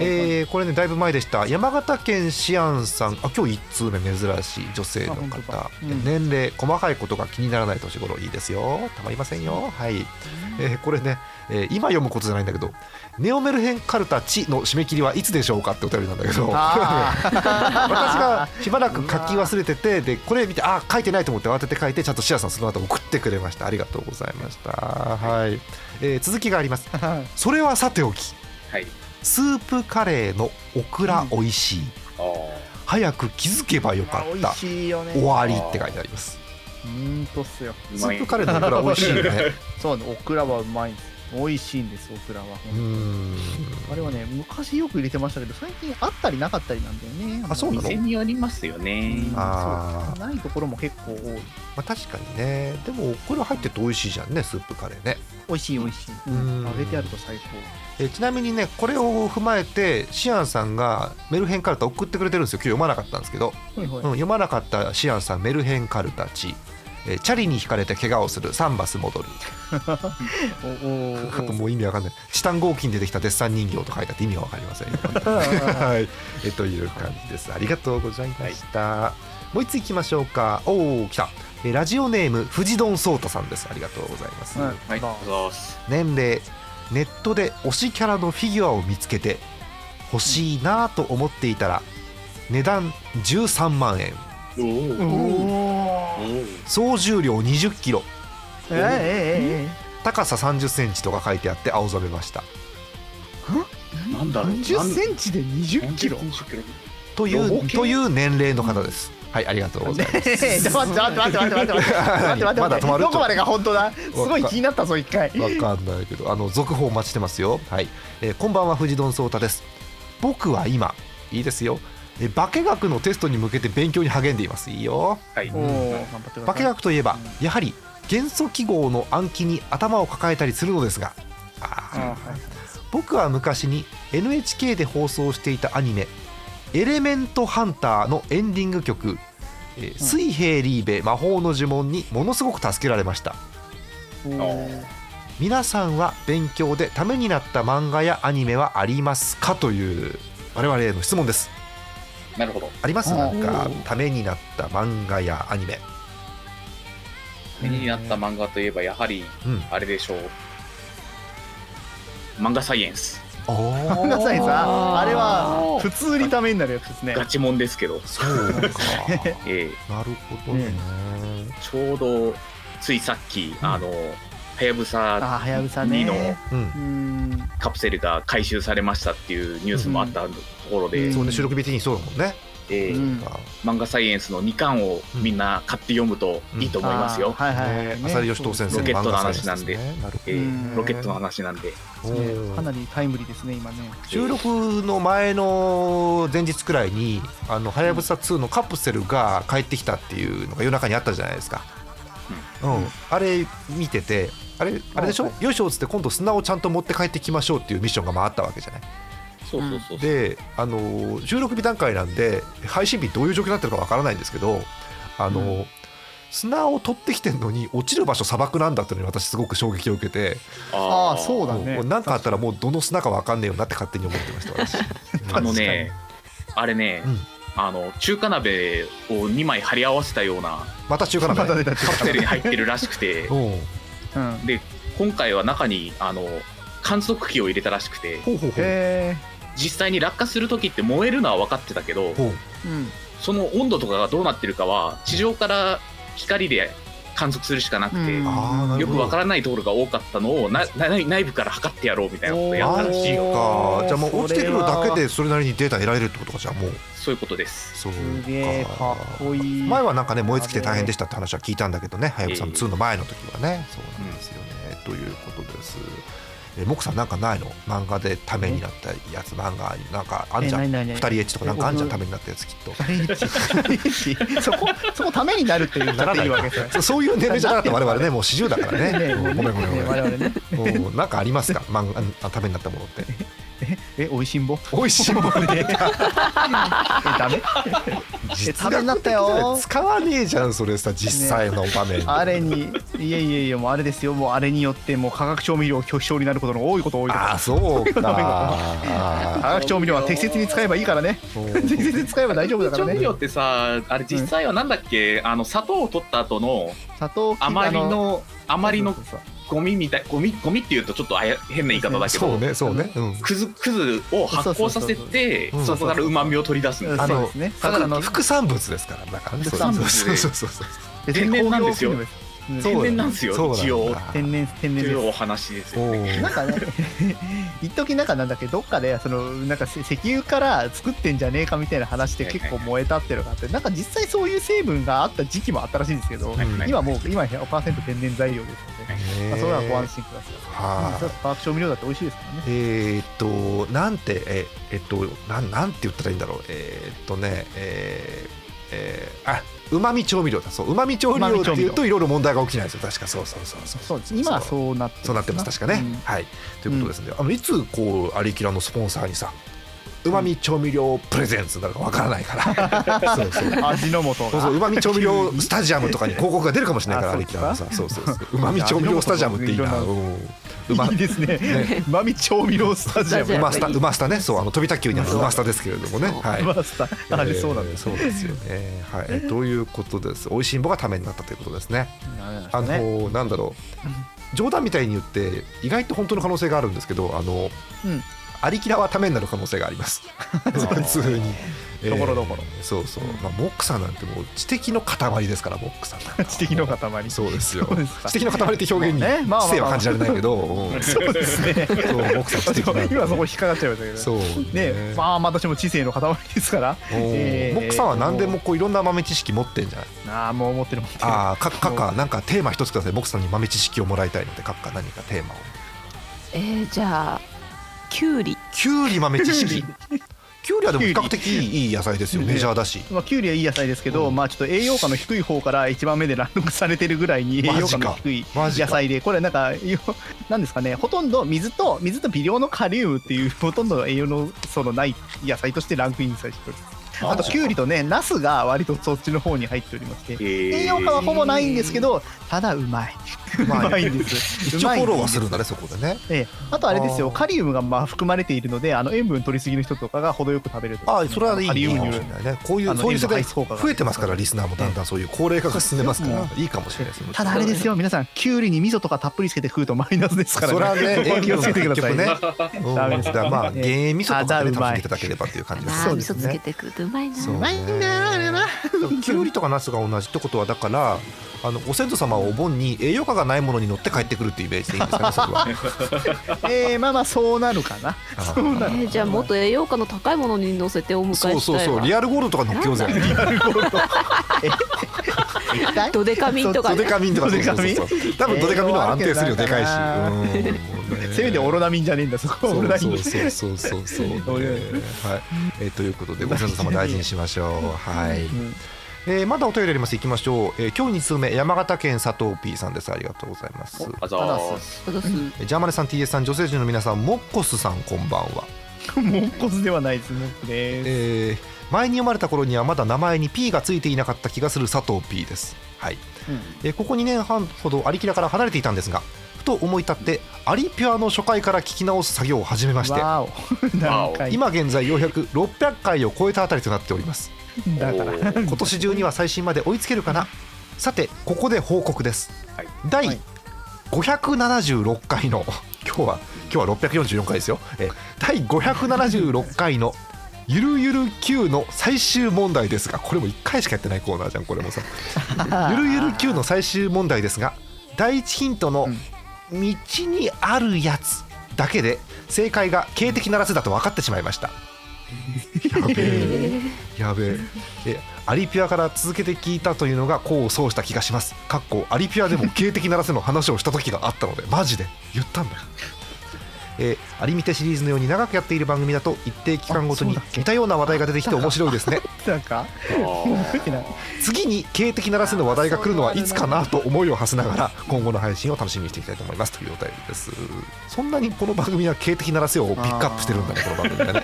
S1: えーこれねだいぶ前でした山形県シアンさんあ今日1通目珍しい女性の
S4: あ本当
S1: 方
S4: だ、うん
S1: 年齢細かいことが気にならない年頃いいですよたまりませんよはい、えーこれね、えー今読むことじゃないんだけど「ネオメルヘンカルタ地」の締め切りはいつでしょうかってお便りなんだけど
S4: あ
S1: 私がしばらく書き忘れててでこれ見てあ書いてないと思って慌てて書いてちゃんとシアンさんその後送ってくれましたありがとうございましたはい、えー続きがあります
S4: はい
S1: それはさておき
S3: はい
S1: スープカレーのオクラおいしい、
S3: あー
S1: 早く気づけばよか
S4: あ
S1: っ
S4: 美
S1: た
S4: 味しいよね
S1: 終わりって書いてあります
S4: うーんとっすよ
S3: う
S1: ス
S3: ま
S1: ー
S3: い
S1: プカレーのオクラ美味 しいよね
S4: そうねオクラはうまいんです美味しいんですオクラは
S1: うーん
S4: あれはね昔よく入れてましたけど最近あったりなかったりなんだよね
S1: あそうなの
S4: の
S3: 店によりますよね
S1: あー
S4: ないところも結構多い
S1: まあ確かにねでもオクラ入ってると美味しいじゃんねスープカレーね
S4: 美味しい美味しい
S1: うん
S4: 揚げてあると最
S1: えーちなみにねこれを踏まえてシアンさんがメルヘンカルタ送ってくれてるんですよ今日読まなかったんですけど、
S4: 高は
S1: う
S4: い
S1: ん、
S4: はい
S1: 読まなかったシアンさんメルヘンカルタチ、えーチャリに引かれて怪我をするサンバス戻るあ
S4: おおー
S1: と
S4: お
S1: もう意味わかんないチタン合金でできたデッサン人形と書いてあって意味はわかりませんよ
S4: ー
S1: はいえという感じですありがとうございました、もう一ついきましょうかおお来たえーラジオネーム藤丼颯太さんですありがとうございます、
S4: うん
S3: はい
S4: まあ
S3: そうです
S1: 年齢ネットで推しキャラのフィギュアを見つけて欲しいなぁと思っていたら値段13万円
S3: おー
S4: お
S3: お
S4: ー
S3: ー
S1: 総重量2 0キロ
S4: えーえーえ
S1: 高さ3 0センチとか書いてあって青ざめました
S3: なんだ
S4: ー
S3: ろう
S4: 何十センチで二十キロ
S3: 何十キロ
S1: とい
S3: ロボ
S1: う
S3: 系
S1: という年齢の方です、はいあり がとうございます
S4: ええちょ待って待って待って待って待って待って待って待って
S1: まだ止まる
S4: どこまでが本当だすごい気になったぞ一回
S1: わかんないけどあの続報お待ちしてますよはい、えーこんばんは藤丼颯太です僕は今いいですよえー化学のテストに向けて勉強に励んでいますいいよ
S3: はい
S4: おお頑張ってくだ
S1: 化
S4: さい
S1: 学といえばやはり元素記号の暗記に頭を抱えたりするのですがあー
S4: あーはい
S1: 僕は昔に NHK で放送していたアニメ「エレメントハンター」のエンディング曲「えー水平リーベ魔法の呪文」にものすごく助けられました
S4: おー
S1: 皆さんは勉強でためになった漫画やアニメはありますかという我々への質問です
S3: なるほど
S1: あります
S4: あ
S1: な
S4: ー
S1: んかためになった漫画やアニメ
S3: 目になった漫画といえばやはり
S1: うん
S3: あれでしょう漫画サイエンス
S1: あー
S4: 漫画サイズはあれ
S5: お
S4: は
S5: ー
S4: 普通にためになるやつですね
S3: ガチモンですけど、
S1: そうか
S3: え
S1: なるほどね、
S3: ーちょうどついさっき、あのはやぶさ
S4: あはやぶさ
S3: 2
S4: ね
S3: の
S1: うん
S4: うん
S3: カプセルが回収されましたっていうニュースもあったところで、
S4: うん
S1: そうね収録日的にそうだもんね、
S3: えー
S4: うん
S1: あ
S3: 漫画サイエンスの2巻をみんな買って読むといいと思いますよ。
S4: あーはいはいは
S1: ね
S4: い、
S1: 浅利義藤先生
S3: ロケットの話
S1: 漫画サイエンスですねなる
S3: えー
S4: うん
S3: ロケットの話なんで、
S1: ほど
S4: ねかな
S1: おー
S4: りタイムリーですね今ね
S1: 収録の前の前日くらいに「あのはやぶさ2」のカプセルが帰ってきたっていうのが夜中にあったじゃないですか、うんあれ見ててあれあれでしょよいしょっつって今度砂をちゃんと持って帰ってきましょうっていうミッションが回ったわけじゃない
S3: そうそうそうそう、
S1: であのー収録日段階なんで配信日どういう状況になってるかわからないんですけどあのー砂を取ってきてるのに落ちる場所砂漠なんだっていうのに私すごく衝撃を受けて
S4: ああそうだ
S3: だ
S1: も
S4: ね
S1: う何かあったらもうどの砂かわかんねえよなって勝手に思ってました 私
S3: あのねあれね、
S1: うん
S3: あの中華鍋を2枚貼り合わせたような
S1: また中華
S4: また
S1: 鍋
S4: 出た
S3: カプセルに入ってるらし くて
S1: おう
S4: うんへ
S3: で今回は中にあの観測器を入れたらしくて
S1: ほうほうほう
S4: え
S3: 実際に落下する時って燃えるのは分かってたけど
S1: ほう
S4: うん
S3: その温度とかがどうなってるかは地上から光で観測するしかなくて、
S4: うん
S1: あーなる
S3: よ
S1: ほ
S3: く
S1: ど
S3: 分からないところが多かったのをな な内部から測ってやろうみたいなことをやったらしいよ
S4: おー
S1: かじゃあもう
S4: それは
S1: 落ちてくるだけでそれなりにデータ得られるってことかじゃあもう
S3: そういうことです
S1: そう
S4: すげえかっこいい
S1: 前はなんかね燃え尽きて大変でしたって話は聞いたんだけどねはやぶさん
S3: ええ
S1: 2の前の時はねそうなんですよね、ということですえもくさんなんかないの漫画でためになったやつ漫画なんかあんじゃ
S4: え
S1: ん
S4: 何何
S1: 二人エッチとかなんかあんじゃん
S4: え
S1: ためになったやつきっと
S4: そこそこためになるっていう
S1: な
S4: な
S1: ら
S4: って
S1: ない
S4: い
S1: い
S4: わけですよ
S1: かそういう年齢じゃなかった我々 ねもう40だからね
S4: ね
S1: うんごめんごめん
S4: ね
S1: ご
S4: 我々ね
S1: めんうんなんかありますか漫画あためになったものって
S4: え美味しんぼ
S1: 美味しいもんね
S4: えダメえ
S1: 実
S4: ためになったよ
S1: 使わねえじゃんそれさ実際の場面で
S4: あれにいやいやいやもうあれですよもうあれによってもう化学調味料を拒否症になることの多いこと多いこと
S1: ああそうか
S4: 化学調味料は適切に使えばいいからね適切に使えば大丈夫だから
S3: 調味
S4: ね
S3: 料ってさあれ実際はなんだっけ、あの砂糖を取った後の
S4: 砂糖
S3: あまりのあまりの
S4: そうそう
S3: ゴミみたいゴミゴミっていうとちょっとあや変な言い方だけ
S1: そう
S3: ど、
S1: ねそうね、うん、
S3: くずくずを発酵させて
S1: そうそうそうそう
S3: そこからうまみを取り出すん
S4: そう
S3: だ
S1: あ
S4: そう
S1: の
S4: ですね
S1: だから
S4: あの
S1: 副産物ですからだからね
S4: 副産
S3: 物で
S1: そうそうそうそうそう
S4: 別に
S3: 天然なんです
S4: 工
S3: よ
S4: 業
S3: 天然なんですよ
S1: そうだ
S3: 一応
S1: あ
S4: 天然天
S3: と
S4: 然
S3: い
S4: で
S3: う
S4: す
S3: お話です
S1: お
S3: よね。
S1: ー
S4: なん かね一時なんかなんだっけどっかでそのなんかせ石油から作ってんじゃねえかみたいな話で結構燃えたっていうのがあってなんか実際そういう成分があった時期もあったらしいんですけど
S3: はいはい
S4: 今もう今100%天然材料ですので、まあ、それはご安心ください
S1: はい
S4: うん化学調味料だって美味しいですからね
S1: えーっとなんてええっとなんなんて言ったらいいんだろうえーっとねえーえーあうまみ調味料だそううまみ調味料っていうといろいろ問題が起きないんですよ確かそうそうそうそう
S4: そうです今は
S1: そう
S4: そうなって
S1: そうなってます確かね、
S4: うん
S1: はいということですね、あのいつこうアリキラのスポンサーにさうまみ調味料プレゼンツになるかわからないから そうそう
S4: 味の素
S1: そうそううま
S4: が
S1: み調味料スタジアムとかに広告が出るかもしれないから
S4: あ
S1: ア
S4: そ
S1: リ
S4: うです
S1: キ
S4: か
S1: ラのさそうそうそううまみ調味料スタジアムっていい
S4: い
S1: な
S4: やで
S1: うんうま
S4: いいですねうまみ調味料スタジアム
S5: スタジ
S1: う
S5: ア
S1: まスタうまスタねそうあの飛び卓球にある
S4: そう
S1: うまスタですけれどもねはい
S4: マスターあれそうなん
S1: えー
S4: です
S1: そうですよねはいえーということです美味しんぼがためになったということですねあ
S4: あ
S1: の
S4: の
S1: ーなんだろう冗談みたいに言って意外と本当の可能性があるんですけどあの
S4: うん
S1: ありきらはためになる可能性があります 普通に
S4: ところどころ
S1: えーそうそうまあモックさんなんてもう知的の塊ですからモックさんなんか
S4: 知的の塊
S1: そうですよ
S4: そうですか
S1: 知的の塊って表現に
S4: まあねまあまあまあ
S1: 知性は感じられないけどうんそう
S4: そうですね
S1: モックさん知的なんで
S4: 今そこ引っかかっちゃいましたけど
S1: そう
S4: ねまあ私も知性の塊ですから
S1: おー
S4: えー
S1: モックさんは何でもこういろんな豆知識持ってんじゃない
S4: ああもう思ってるもん
S1: ああかかかなんかテーマ一つくださいモックさんに豆知識をもらいたいのでかっか何かテーマを
S5: えー、じゃあきゅうり
S1: きゅうり豆知 識きゅうりはでも比較的いい野菜ですよ
S4: ね
S1: メジャーだし
S4: まあ、キュウリはいい野菜ですけど、まあ、ちょっと栄養価の低い方から1番目でランクされてるぐらいに栄
S1: マ
S4: 養
S1: ジ
S4: 価
S1: か
S4: の低い
S1: マジか
S4: 野菜でこれなんか よなんですかねほとんど水と水と微量のカリウムっていう ほとんど栄養のそのない野菜としてランクインされておりますあとキュウリとねナスが割とそっちの方に入っておりまして栄
S3: 栄
S4: 養価はほぼないんですけどただうまいう
S1: まあ
S4: まいんです
S1: 一応フォローはするん
S4: ん
S1: だねそこでね
S4: ええ、あとあれです
S1: あ
S4: よ
S1: ー
S4: カリウムがまあ含まれているのであの塩分取りすぎの人とかが程よく食べると
S1: ああそれはいい
S4: カリウ
S1: いい
S4: ム
S1: か
S4: に
S1: も
S4: よ
S1: し
S4: る
S1: れないねこうい
S4: あ
S1: う
S4: の
S1: そういう世代
S4: 塩分排出効果が
S1: 増えてますからリスナーもだんだんそういう高齢化が進んでますから
S4: う
S1: いいかもしれないですね
S4: ただあれですよ皆さんキュウリに味噌とかたっぷりつけて食うとマイナスですからね
S1: それはね
S4: そこは気をつけてくださいね
S1: 結局ねうん
S4: ダメです
S1: だからまあ
S4: ね
S1: 減塩味噌とかで
S4: あ
S1: ね
S4: だうま
S1: 楽し
S4: い
S1: んでいただければという感じです
S5: あ
S4: そ
S5: ー
S4: う
S5: 味
S4: です
S5: 噌
S4: ね
S5: つけてくるとうまいな
S1: そうねでもきゅうりとかナスが同じってことはだからあのご先祖様はお盆に栄養価がないものに乗って帰ってくるっていうイメージでいいんですかねそこは
S4: えー、まあまあそうなるかな
S1: あー
S4: そう
S5: え
S4: なる
S5: ー、じゃあもっと栄養価の高いものに乗せてお迎えしたい
S1: そう
S5: わ
S1: そうそうリアルゴールドとか乗っけようぜ
S5: ドデカミンとか
S1: ドデカミンとか
S4: ド
S1: そう
S4: デ
S1: そ
S4: カ
S1: う
S4: ミン
S1: そう多分ドデカミンの方が安定するよ
S4: えー
S1: でかいしうん
S4: せめてオロナミンじゃねえんだそこは
S1: そ
S4: オロ
S1: う
S4: ナミ
S1: そ
S4: ン
S1: うそうそうそうそう、ね
S4: オロナミ
S1: は
S4: ン
S1: いえーということでご先祖様大事にしましょうはい、えーまだお便りあります行きましょう、えー今日2通目山形県佐藤 P さんですありがとうございます
S3: あざーす
S5: そうです
S1: ジャーマネさん TS さん女性陣の皆さんモッコスさんこんばんは
S4: うんもうコツではないですもうね
S1: えー前に読まれた頃にはまだ名前に P がついていなかった気がする佐藤 P です、はいえーここ2年半ほどアリキラから離れていたんですがふと思い立ってアリピュアの初回から聞き直す作業を始めまして
S4: わお何回
S1: 今現在ようやく600回を超えたあたりとなっております
S4: だから
S3: おー
S1: 今年中には最新まで追いつけるかなさてここで報告です、
S3: はい
S4: は
S1: 第
S4: い
S1: 576回の 今日は今日は644回ですよえー第576回のゆるゆる Q の最終問題ですがこれも1回しかやってないコーナーじゃんこれもさゆるゆる Q の最終問題ですが第1ヒントの「道にあるやつ」だけで正解が警的ならずだと分かってしまいましたやべ えやべええアリピュアから続けて聞いたというのが功を奏した気がしますかっこアリピュアでも警的ならせの話をした時があったので マジで言ったんだよえーアリミテシリーズのように長くやっている番組だと一定期間ごとに
S4: あそうだっけ
S1: 似たような話題が出てきて面白いですね
S4: なんか覚えてない
S1: 次に警的ならせの話題が来るのはいつかなと思いを馳せながら今後の配信を楽しみにしていきたいと思いますというお便りですそんなにこの番組は警的ならせをピックアップしてるんだねこの番組はね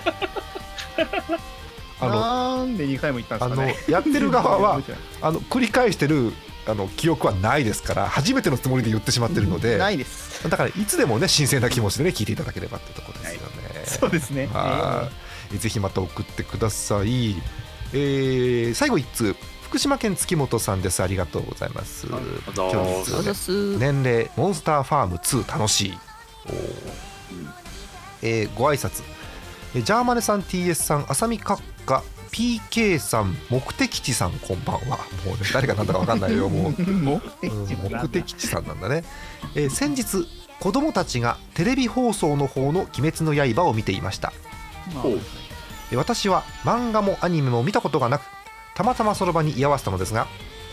S1: あの
S4: なんで2回も言ったんで
S1: あ
S4: すか
S1: の
S4: ね
S1: やってる側 は
S4: 覚えて
S1: あの繰り返してるあの記憶はないですから初めてのつもりで言ってしまってるので
S4: な
S1: だ
S4: いです
S1: からいつでもね新鮮な気持ちでね聞いていただければってとこですよ
S4: そうですね
S1: ね。はいぜひまた送ってください。えー最後一通福島県月本さんですありがとうございます。
S3: はいありがとうござい
S1: 今
S3: ま
S1: 日
S3: す
S1: の
S5: そう
S1: 一通
S5: です
S1: 目年齢モンスターファーム2楽しい。おーえーご挨拶えージャーマネさん TS さん浅見閣下 PK さん目的地さんこんばんはもう、ね、誰が何だか分かん ないよもう
S4: もう
S1: うん目的地さんなんだね、えー先日子供たちがテレビ放送の方の「鬼滅の刃」を見ていました
S3: おう
S1: えー私は漫画もアニメも見たことがなくたまたまその場に居合わせたのですが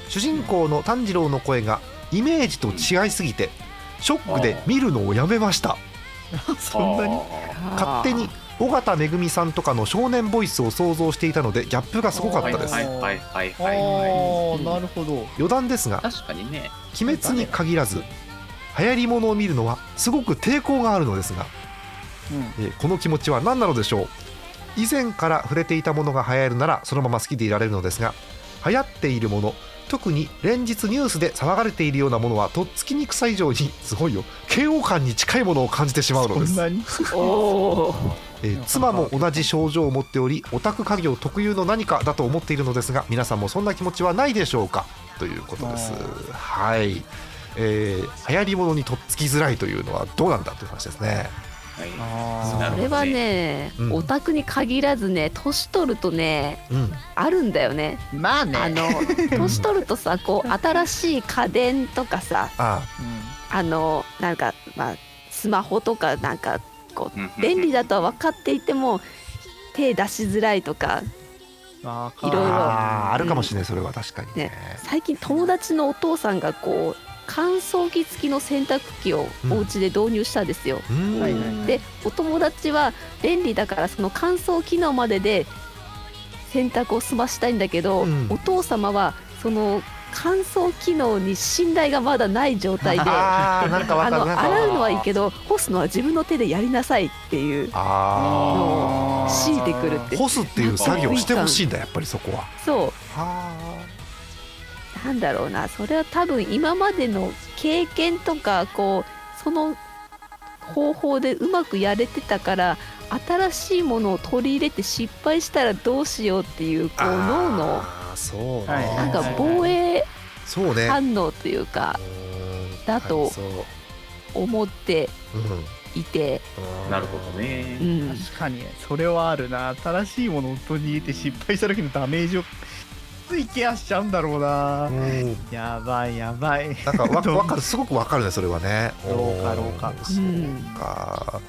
S1: 主人公の炭治郎の声がイメージと違いすぎてショックで見るのをやめました
S4: そんなに
S3: あ
S1: 勝手に尾形めぐみさんとかの少年ボイスを想像していたのでギャップがすごか
S3: ー
S1: ったです
S3: はいはいはい
S4: あ
S3: はいは
S4: ーなるほど
S1: 余談ですが
S3: い確かにね
S1: 鬼滅に限らず流行りものを見るのはすごく抵抗があるのですが、えーこの気持ちは何なのでしょう以前から触れていたものが流行るならそのまま好きでいられるのですが流行っているもの特に連日ニュースで騒がれているようなものはとっつきにくさ以上にすごいよ嫌悪感に近いものを感じてしまうの
S4: そ
S1: で
S4: ん
S1: す
S4: なに
S5: おー
S1: えー妻も同じ症状を持っておりオタク家業特有の何かだと思っているのですが皆さんもそんな気持ちはないでしょうかということです
S4: あー
S1: はい、えー流行り物にとっつきづらいというのはどうなんだという話ですね
S3: は
S4: あ
S5: それはね、
S1: うん
S5: オタクに限らずね年取るとね
S1: うん
S5: あるんだよね
S4: ーまあ
S5: あ
S4: ね
S5: の年取るとさこう新しい家電とかさ
S1: あ
S5: あのなんかまあスマホとかなんかこう
S3: うんうん
S5: 便利だとは分かっていても手出しづらいとか
S4: あ
S1: ー
S5: いろいろ
S1: あーあるかもしれないそれは確かにね
S5: 最近友達のお父さんがこう乾燥機付きの洗濯機をお家で導入したんですよ。
S1: うーん、
S4: はいはい
S5: でお友達は便利だからその乾燥機能までで洗濯を済ましたいんだけど、
S1: うん
S5: お父様はその乾燥機能に信頼がまだない状態であ
S1: あーなんかわかる
S5: の
S1: なんかわ
S5: 洗
S1: か
S5: う
S1: る
S5: のはいいけど干すのは自分の手でやりなさいっていう
S1: あ
S5: のを強いてくるっ
S1: ー
S5: て
S1: 干すっていう作業をしてほしいんだやっぱりそこは
S5: そう
S1: は
S5: なんだろうなそれは多分今までの経験とかこうその方法でうまくやれてたから新しいものを取り入れて失敗したらどうしようっていうこう脳の
S1: あーそうね、
S4: はい
S5: なんか
S4: はい
S5: 防衛
S1: そうね
S5: 反応というかだと
S1: はいそう
S5: 思って
S1: うん
S5: いて、
S1: うん
S3: なるほどね
S5: う、ん、
S4: 確かにそれはあるな新しいものを取り入れて失敗した時のダメージをついケアしちゃうんだろうな
S1: うん
S4: やばいやばい
S1: なんかわ
S4: どう
S1: わかるすごくわかるねそれはね。
S4: どうかどうか
S1: おーそうか。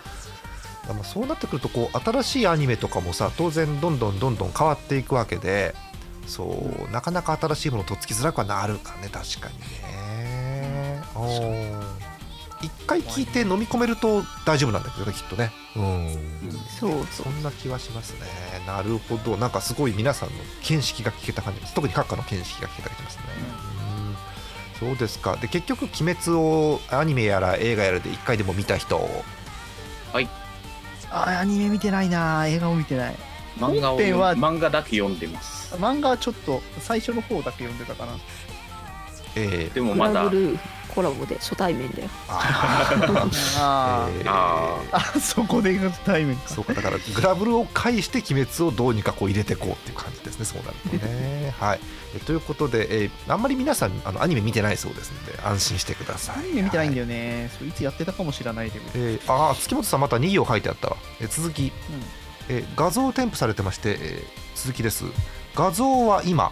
S1: でもそうなってくるとこう新しいアニメとかもさ当然どんどんどんどん変わっていくわけで、そうなかなか新しいものとっつきづらくはなるかね確かにね。おー一回聞いて飲み込めると大丈夫なんだけどねきっとね。うん。
S5: そうそう
S1: そんな気はしますね。なるほど。なんかすごい皆さんの見識が聞けた感じです。特に閣下の見識が聞けた感じですね。うんそうですか。で結局鬼滅をアニメやら映画やらで一回でも見た人。
S4: あーアニメ見てないな映画も見てない
S3: 漫画を
S4: 本編は
S3: 漫画だけ読んでます
S4: 漫画はちょっと最初の方だけ読んでたかな
S1: えー
S3: でも
S5: ク
S3: ま
S5: ラ
S3: だ
S5: ブルーコラボで初対面で
S1: あ
S4: あ
S1: ーえー
S3: あ
S4: ああそこで初対面か
S1: そうかだからグラブルを介して鬼滅をどうにかこう入れていこうっていう感じですね、そうなるとね。 はい、えということで、えーあんまり皆さんあのアニメ見てないそうですので安心してください。
S4: アニメ見てないん
S1: よ、
S4: だよね、そういつやってたかもしれないけど
S1: えーああ月本さんまた2行書いてあったわ、えー続き、えー画像を添付されてまして、えー続きです画像は今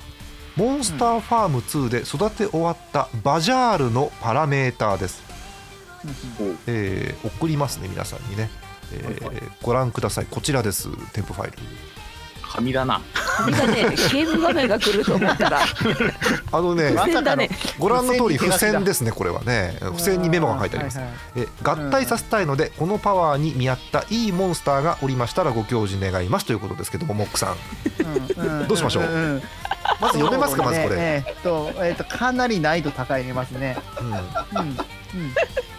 S1: モンスターファーム2で育て終わったバジャールのパラメーターです、えー送りますね皆さんにね、えーご覧くださいこちらです添付ファイル
S3: 紙だな
S5: 髪がねゲーム画面が来ると思ったら
S1: あのね
S4: まさ
S5: 線だ
S4: かの
S5: ね
S1: ご覧の通り
S4: 付箋
S1: 付
S4: に手書きだ
S1: 箋ですねこれはね付箋にメモが書いてあります
S4: はいはい
S1: え合体させたいので、このパワーに見合ったいいモンスターがおりましたらご教示願いますということですけどもモックさん
S4: うんん
S1: どうしましょうん
S4: ん
S1: まず読めますかまずこれ、
S4: えーっと、えーっと、かなり難易度高いね、まずね。
S1: う
S4: うん。うん。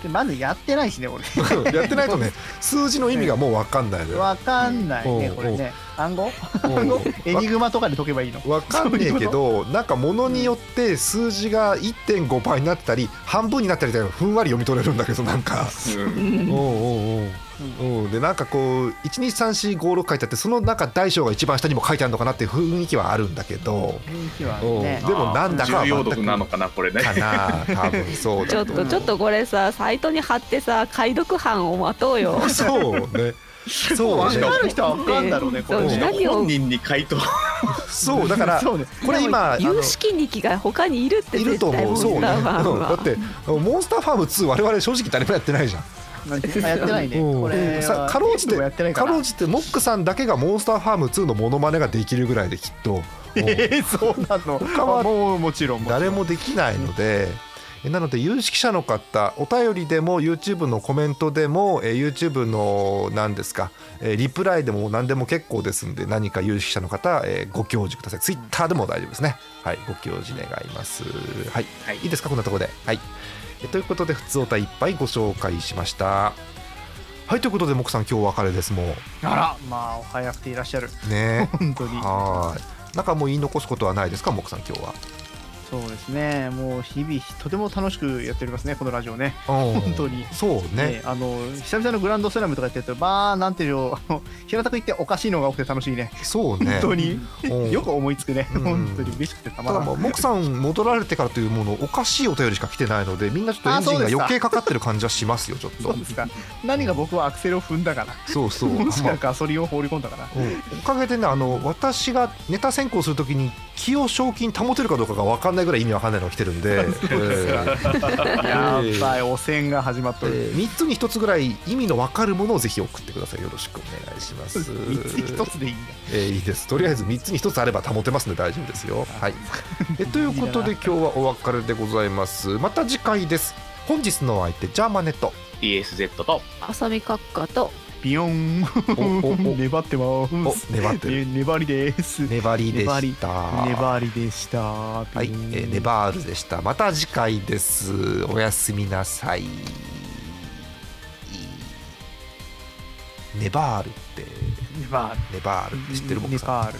S4: でまずやってないしね、俺。
S1: ん やってないとね数字の意味がもう分かんないのよ
S4: わかんないね、
S1: うん
S4: これね。暗号
S1: うん
S4: 暗号
S1: わ
S4: エニグマとかで解けばいいの。
S1: 分かんねえけどなんかものによって数字が1.5倍になったり半分になったりとかふんわり読み取れるんだけどなんか
S3: うん
S1: おうおうおうおうでなんかこう123456書いてあってその中大小が一番下にも書いてあるのかなっていう雰囲気はあるんだけど、
S4: 雰囲気は
S1: おう
S4: ね。
S1: でもなんだかは
S3: 重
S1: 全
S3: 要
S1: く
S3: 毒なのかなこれね
S1: かな多分そう
S5: ちょ
S1: だ
S5: っ
S1: と
S5: とちょっとこれさサイトに貼ってさ解読班を待とうよ
S1: そうねそう
S4: 分
S1: ね
S4: かる人は分かるんだろうねこれ
S5: そう
S4: ね
S5: 何を
S3: 本人に回答
S1: そうだから
S4: そうね
S1: これ今あの
S5: 有識人気が他にいるって
S1: いる
S5: 絶
S1: と
S5: 対
S1: 思
S5: モ
S1: う
S5: ン
S1: そうね、
S5: スターファー
S1: う
S5: ム
S1: ん、だっ
S5: は。
S1: てモンスターファーム2我々正直誰もやってないじゃん
S4: あやってないね
S1: うん
S4: これは
S1: さかろうじて
S4: ゲームもやってない
S1: か
S4: から
S1: ろうじてモックさんだけがモンスターファーム2のモノマネができるぐらいできっと
S4: えーそうなの
S1: 他は
S4: あもうもちろん
S1: 誰もできないので。えなので有識者の方お便りでも YouTube のコメントでも、えー YouTube の何ですか、えーリプライでも何でも結構ですんで何か有識者の方、えーご教示ください Twitter でも大丈夫ですねはいご教示願いますはい、
S3: はい
S1: い、いですかこんなところではいえということで普通おたいっぱいご紹介しましたはいということで木さん今日お別れですもう
S4: あらまあお早くていらっしゃる
S1: ね
S4: 本当に
S1: はーいなんかもう言い残すことはないですか木さん今日は
S4: そうですねもう日々とても楽しくやっておりますねこのラジオね
S1: 本
S4: 本当に
S1: そうね
S4: ねあの久々のグランドスラムとかやってるとまあなんていうの あの平たく言っておかしいのが多くて楽しいね
S1: そう
S4: 本
S1: ね
S4: 当に、
S1: うん
S4: よく思いつくね、
S1: うん
S4: 本当に嬉しくてたま
S1: ただ
S4: ら
S1: も
S4: ん
S1: うモクさん戻られてからというものおかしいお便りしか来てないのでみんなちょっとエンジンが余計かかってる感じはしますよちょっ
S4: そ
S1: と
S4: うですか何が僕はアクセルを踏んだから
S1: そうそう
S4: もしくは
S1: まあ
S4: ガソリンを放り込んだから
S1: うんおかげでねあの私がネタ選考するときに気を賞金保てるかどうかが分かんないぐらい意味わかんないのが来てるんで、えー
S4: やっぱり汚染が始まっ
S1: え
S4: とる
S1: 3つに1つぐらい意味の分かるものをぜひ送ってくださいよろしくお願いします
S4: 三つ一つでいいんだ
S1: えーいいですとりあえず3つに1つあれば保てますので大丈夫ですよ。 はい、えということで今日はお別れでございますまた次回です本日のお相手ジャーマネッ ト
S3: DSZ と
S5: 浅見閣下と
S4: ビヨン
S1: おお
S4: 粘ってます
S1: お粘ってる
S4: ね粘りです
S1: 粘りで
S4: 粘り
S1: した
S4: 粘りでしたは
S1: はい、えーネバールでしたまた次回ですおやすみなさいネバールって
S4: ネバ
S1: ネバールって知ってる
S4: ール
S1: 僕
S4: ネ
S1: さん
S4: バール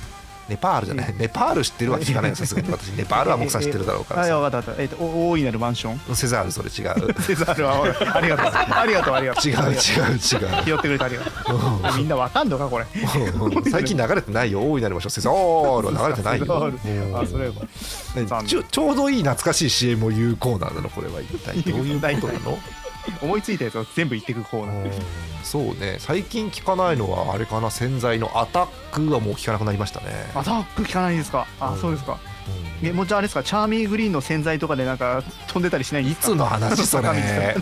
S1: ネパールじゃないネパール知ってるは聞かないよさすが に私ネパールは僕さん知ってるだろうから
S4: はい
S1: さ
S4: 分かった分かったえっとお大いなるマンション
S1: セザールそれ違う
S4: セザールは分かったありがとうありがとうありがとう
S1: 違う違う違う
S4: 拾ってくれてありがとう
S1: うん
S4: あみんなわかんのかこれ
S1: うん最近流れてないよ大いなりましょうセザールは流れてない
S4: セザ
S1: よ
S4: ールあそれは
S1: ね
S4: 残念
S1: ちょちょうどいい懐かしい CM を言うコーナーなのこれは一体 どういうことなの
S4: 思いついたやつを全部言ってくコーナー
S1: そうね最近聞かないのはあれかな洗剤のアタックはもう聞かなくなりましたね
S4: アタック聞かないですか
S1: う
S4: あ
S1: ん
S4: そうですか
S1: うん
S4: えもうじゃああれですかチャーミーグリーンの洗剤とかでなんか飛んでたりしないん
S1: い
S4: ですか
S1: つの話 それ
S4: 坂道とかね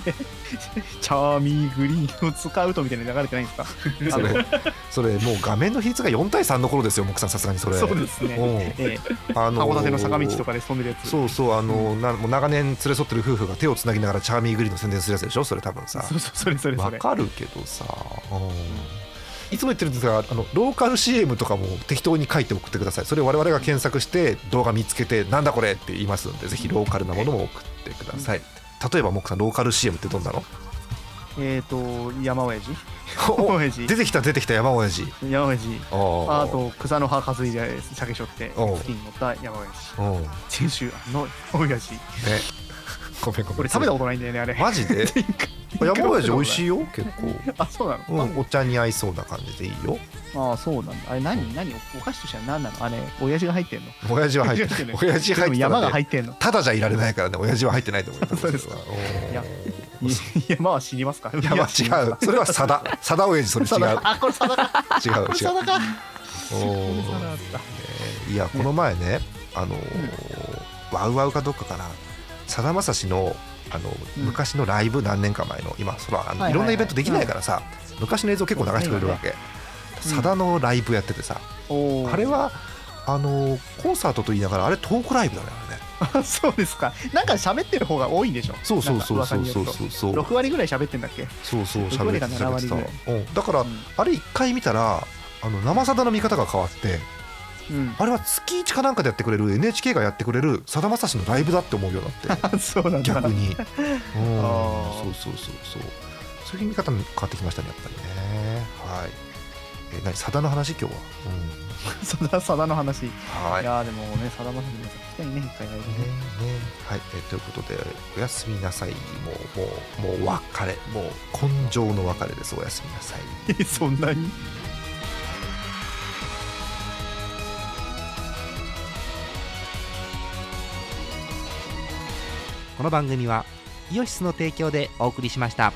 S4: チャーミーグリーンを使うとみたいな流れてないんですか
S1: そ
S4: あの
S1: れそれもう画面の比率が4対3の頃ですよ木さんさすがにそれ
S4: そうですねええ
S1: あの
S4: 函館の坂道とかで染めるやつ
S1: そうそうあの、なもう長年連れ添ってる夫婦が手をつなぎながらチャーミーグリーンの宣伝するやつでしょそれ多分さ
S4: そうそうそれそれそ
S1: わ
S4: れ
S1: かるけどさ、いつも言ってるんですがあのローカル CM とかも適当に書いて送ってくださいそれを我々が検索して動画見つけてなんだこれって言いますのでぜひローカルなものも送ってください例えばモクさんローカル CM ってどん なの
S4: えっと山親父
S1: お
S4: 山親父
S1: 出てきた出てきた山親父
S4: 山親父
S1: あー
S4: あと草の葉担いで酒しょって
S1: おう
S4: 月に乗った山親父
S1: うん ね
S4: 千秋の親父
S1: ごめんごめん
S4: 俺食べたことないんだよねあれ
S1: マジ で山親父美味しい
S4: い
S1: よ結
S4: あそうな
S1: 構、う
S4: の
S1: ん、お茶に合いそうな感じでいい よ
S4: ああそうなんだあれ何何お菓子としては何なのあれ親父が入ってんの
S1: 親父は入ってない親父入
S4: で
S1: っ
S4: も
S1: てたら
S4: 山
S1: ね
S4: が入ってんの
S1: ただじゃいられないからね親父は入ってないと思います
S4: そうですか
S1: うん
S4: いやい山は死にますか
S1: いやまあ違うそれはさだ さだ親父それ違う
S4: 違うあこれ定か
S1: 違う違う
S4: 定か
S1: おー
S4: 定か
S1: いやこの前ねあのーワウワウかどっかかなさだまさしのあの
S4: うん
S1: 昔のライブ何年か前の今そらあの
S4: はいはいはい
S1: いろんなイベントできないからさ昔の映像結構流してくれるわけ
S4: うん
S1: さだのライブやっててさ
S4: おー
S1: あれはあのーコンサートと言いながらあれトークライブだねあれね
S4: あ そうですかなんか喋ってる方が多いんでしょ
S1: そうそうそうそうそう
S4: なんか噂による
S1: そうそう
S4: と6割ぐらい喋ってんだっけ
S1: そうそう
S4: 6
S1: 喋っ
S4: 割
S1: て
S4: か
S1: た
S4: 7割ぐらい
S1: うんだから
S4: うん
S1: あれ一回見たらあの生さだの見方が変わって
S4: うん
S1: あれは月1かなんかでやってくれる NHK がやってくれるさだまさしのライブだって思うようになって
S4: あそ うなんだ
S1: 逆にうん
S4: あー
S1: そうそうそうそうそういう見方も変わってきましたねやっぱりねはいえー何さだの話今日は、
S4: さださだの話い
S1: うん、はいね
S4: やーでもねさだまさしの皆さん聞きたいね一回ライブ
S1: ね
S4: ね
S1: はい、えーということでおやすみなさいもうもうもうお別れもう根性の別れですおやすみなさい
S4: えそんなに
S2: この番組はイオシスの提供でお送りしました。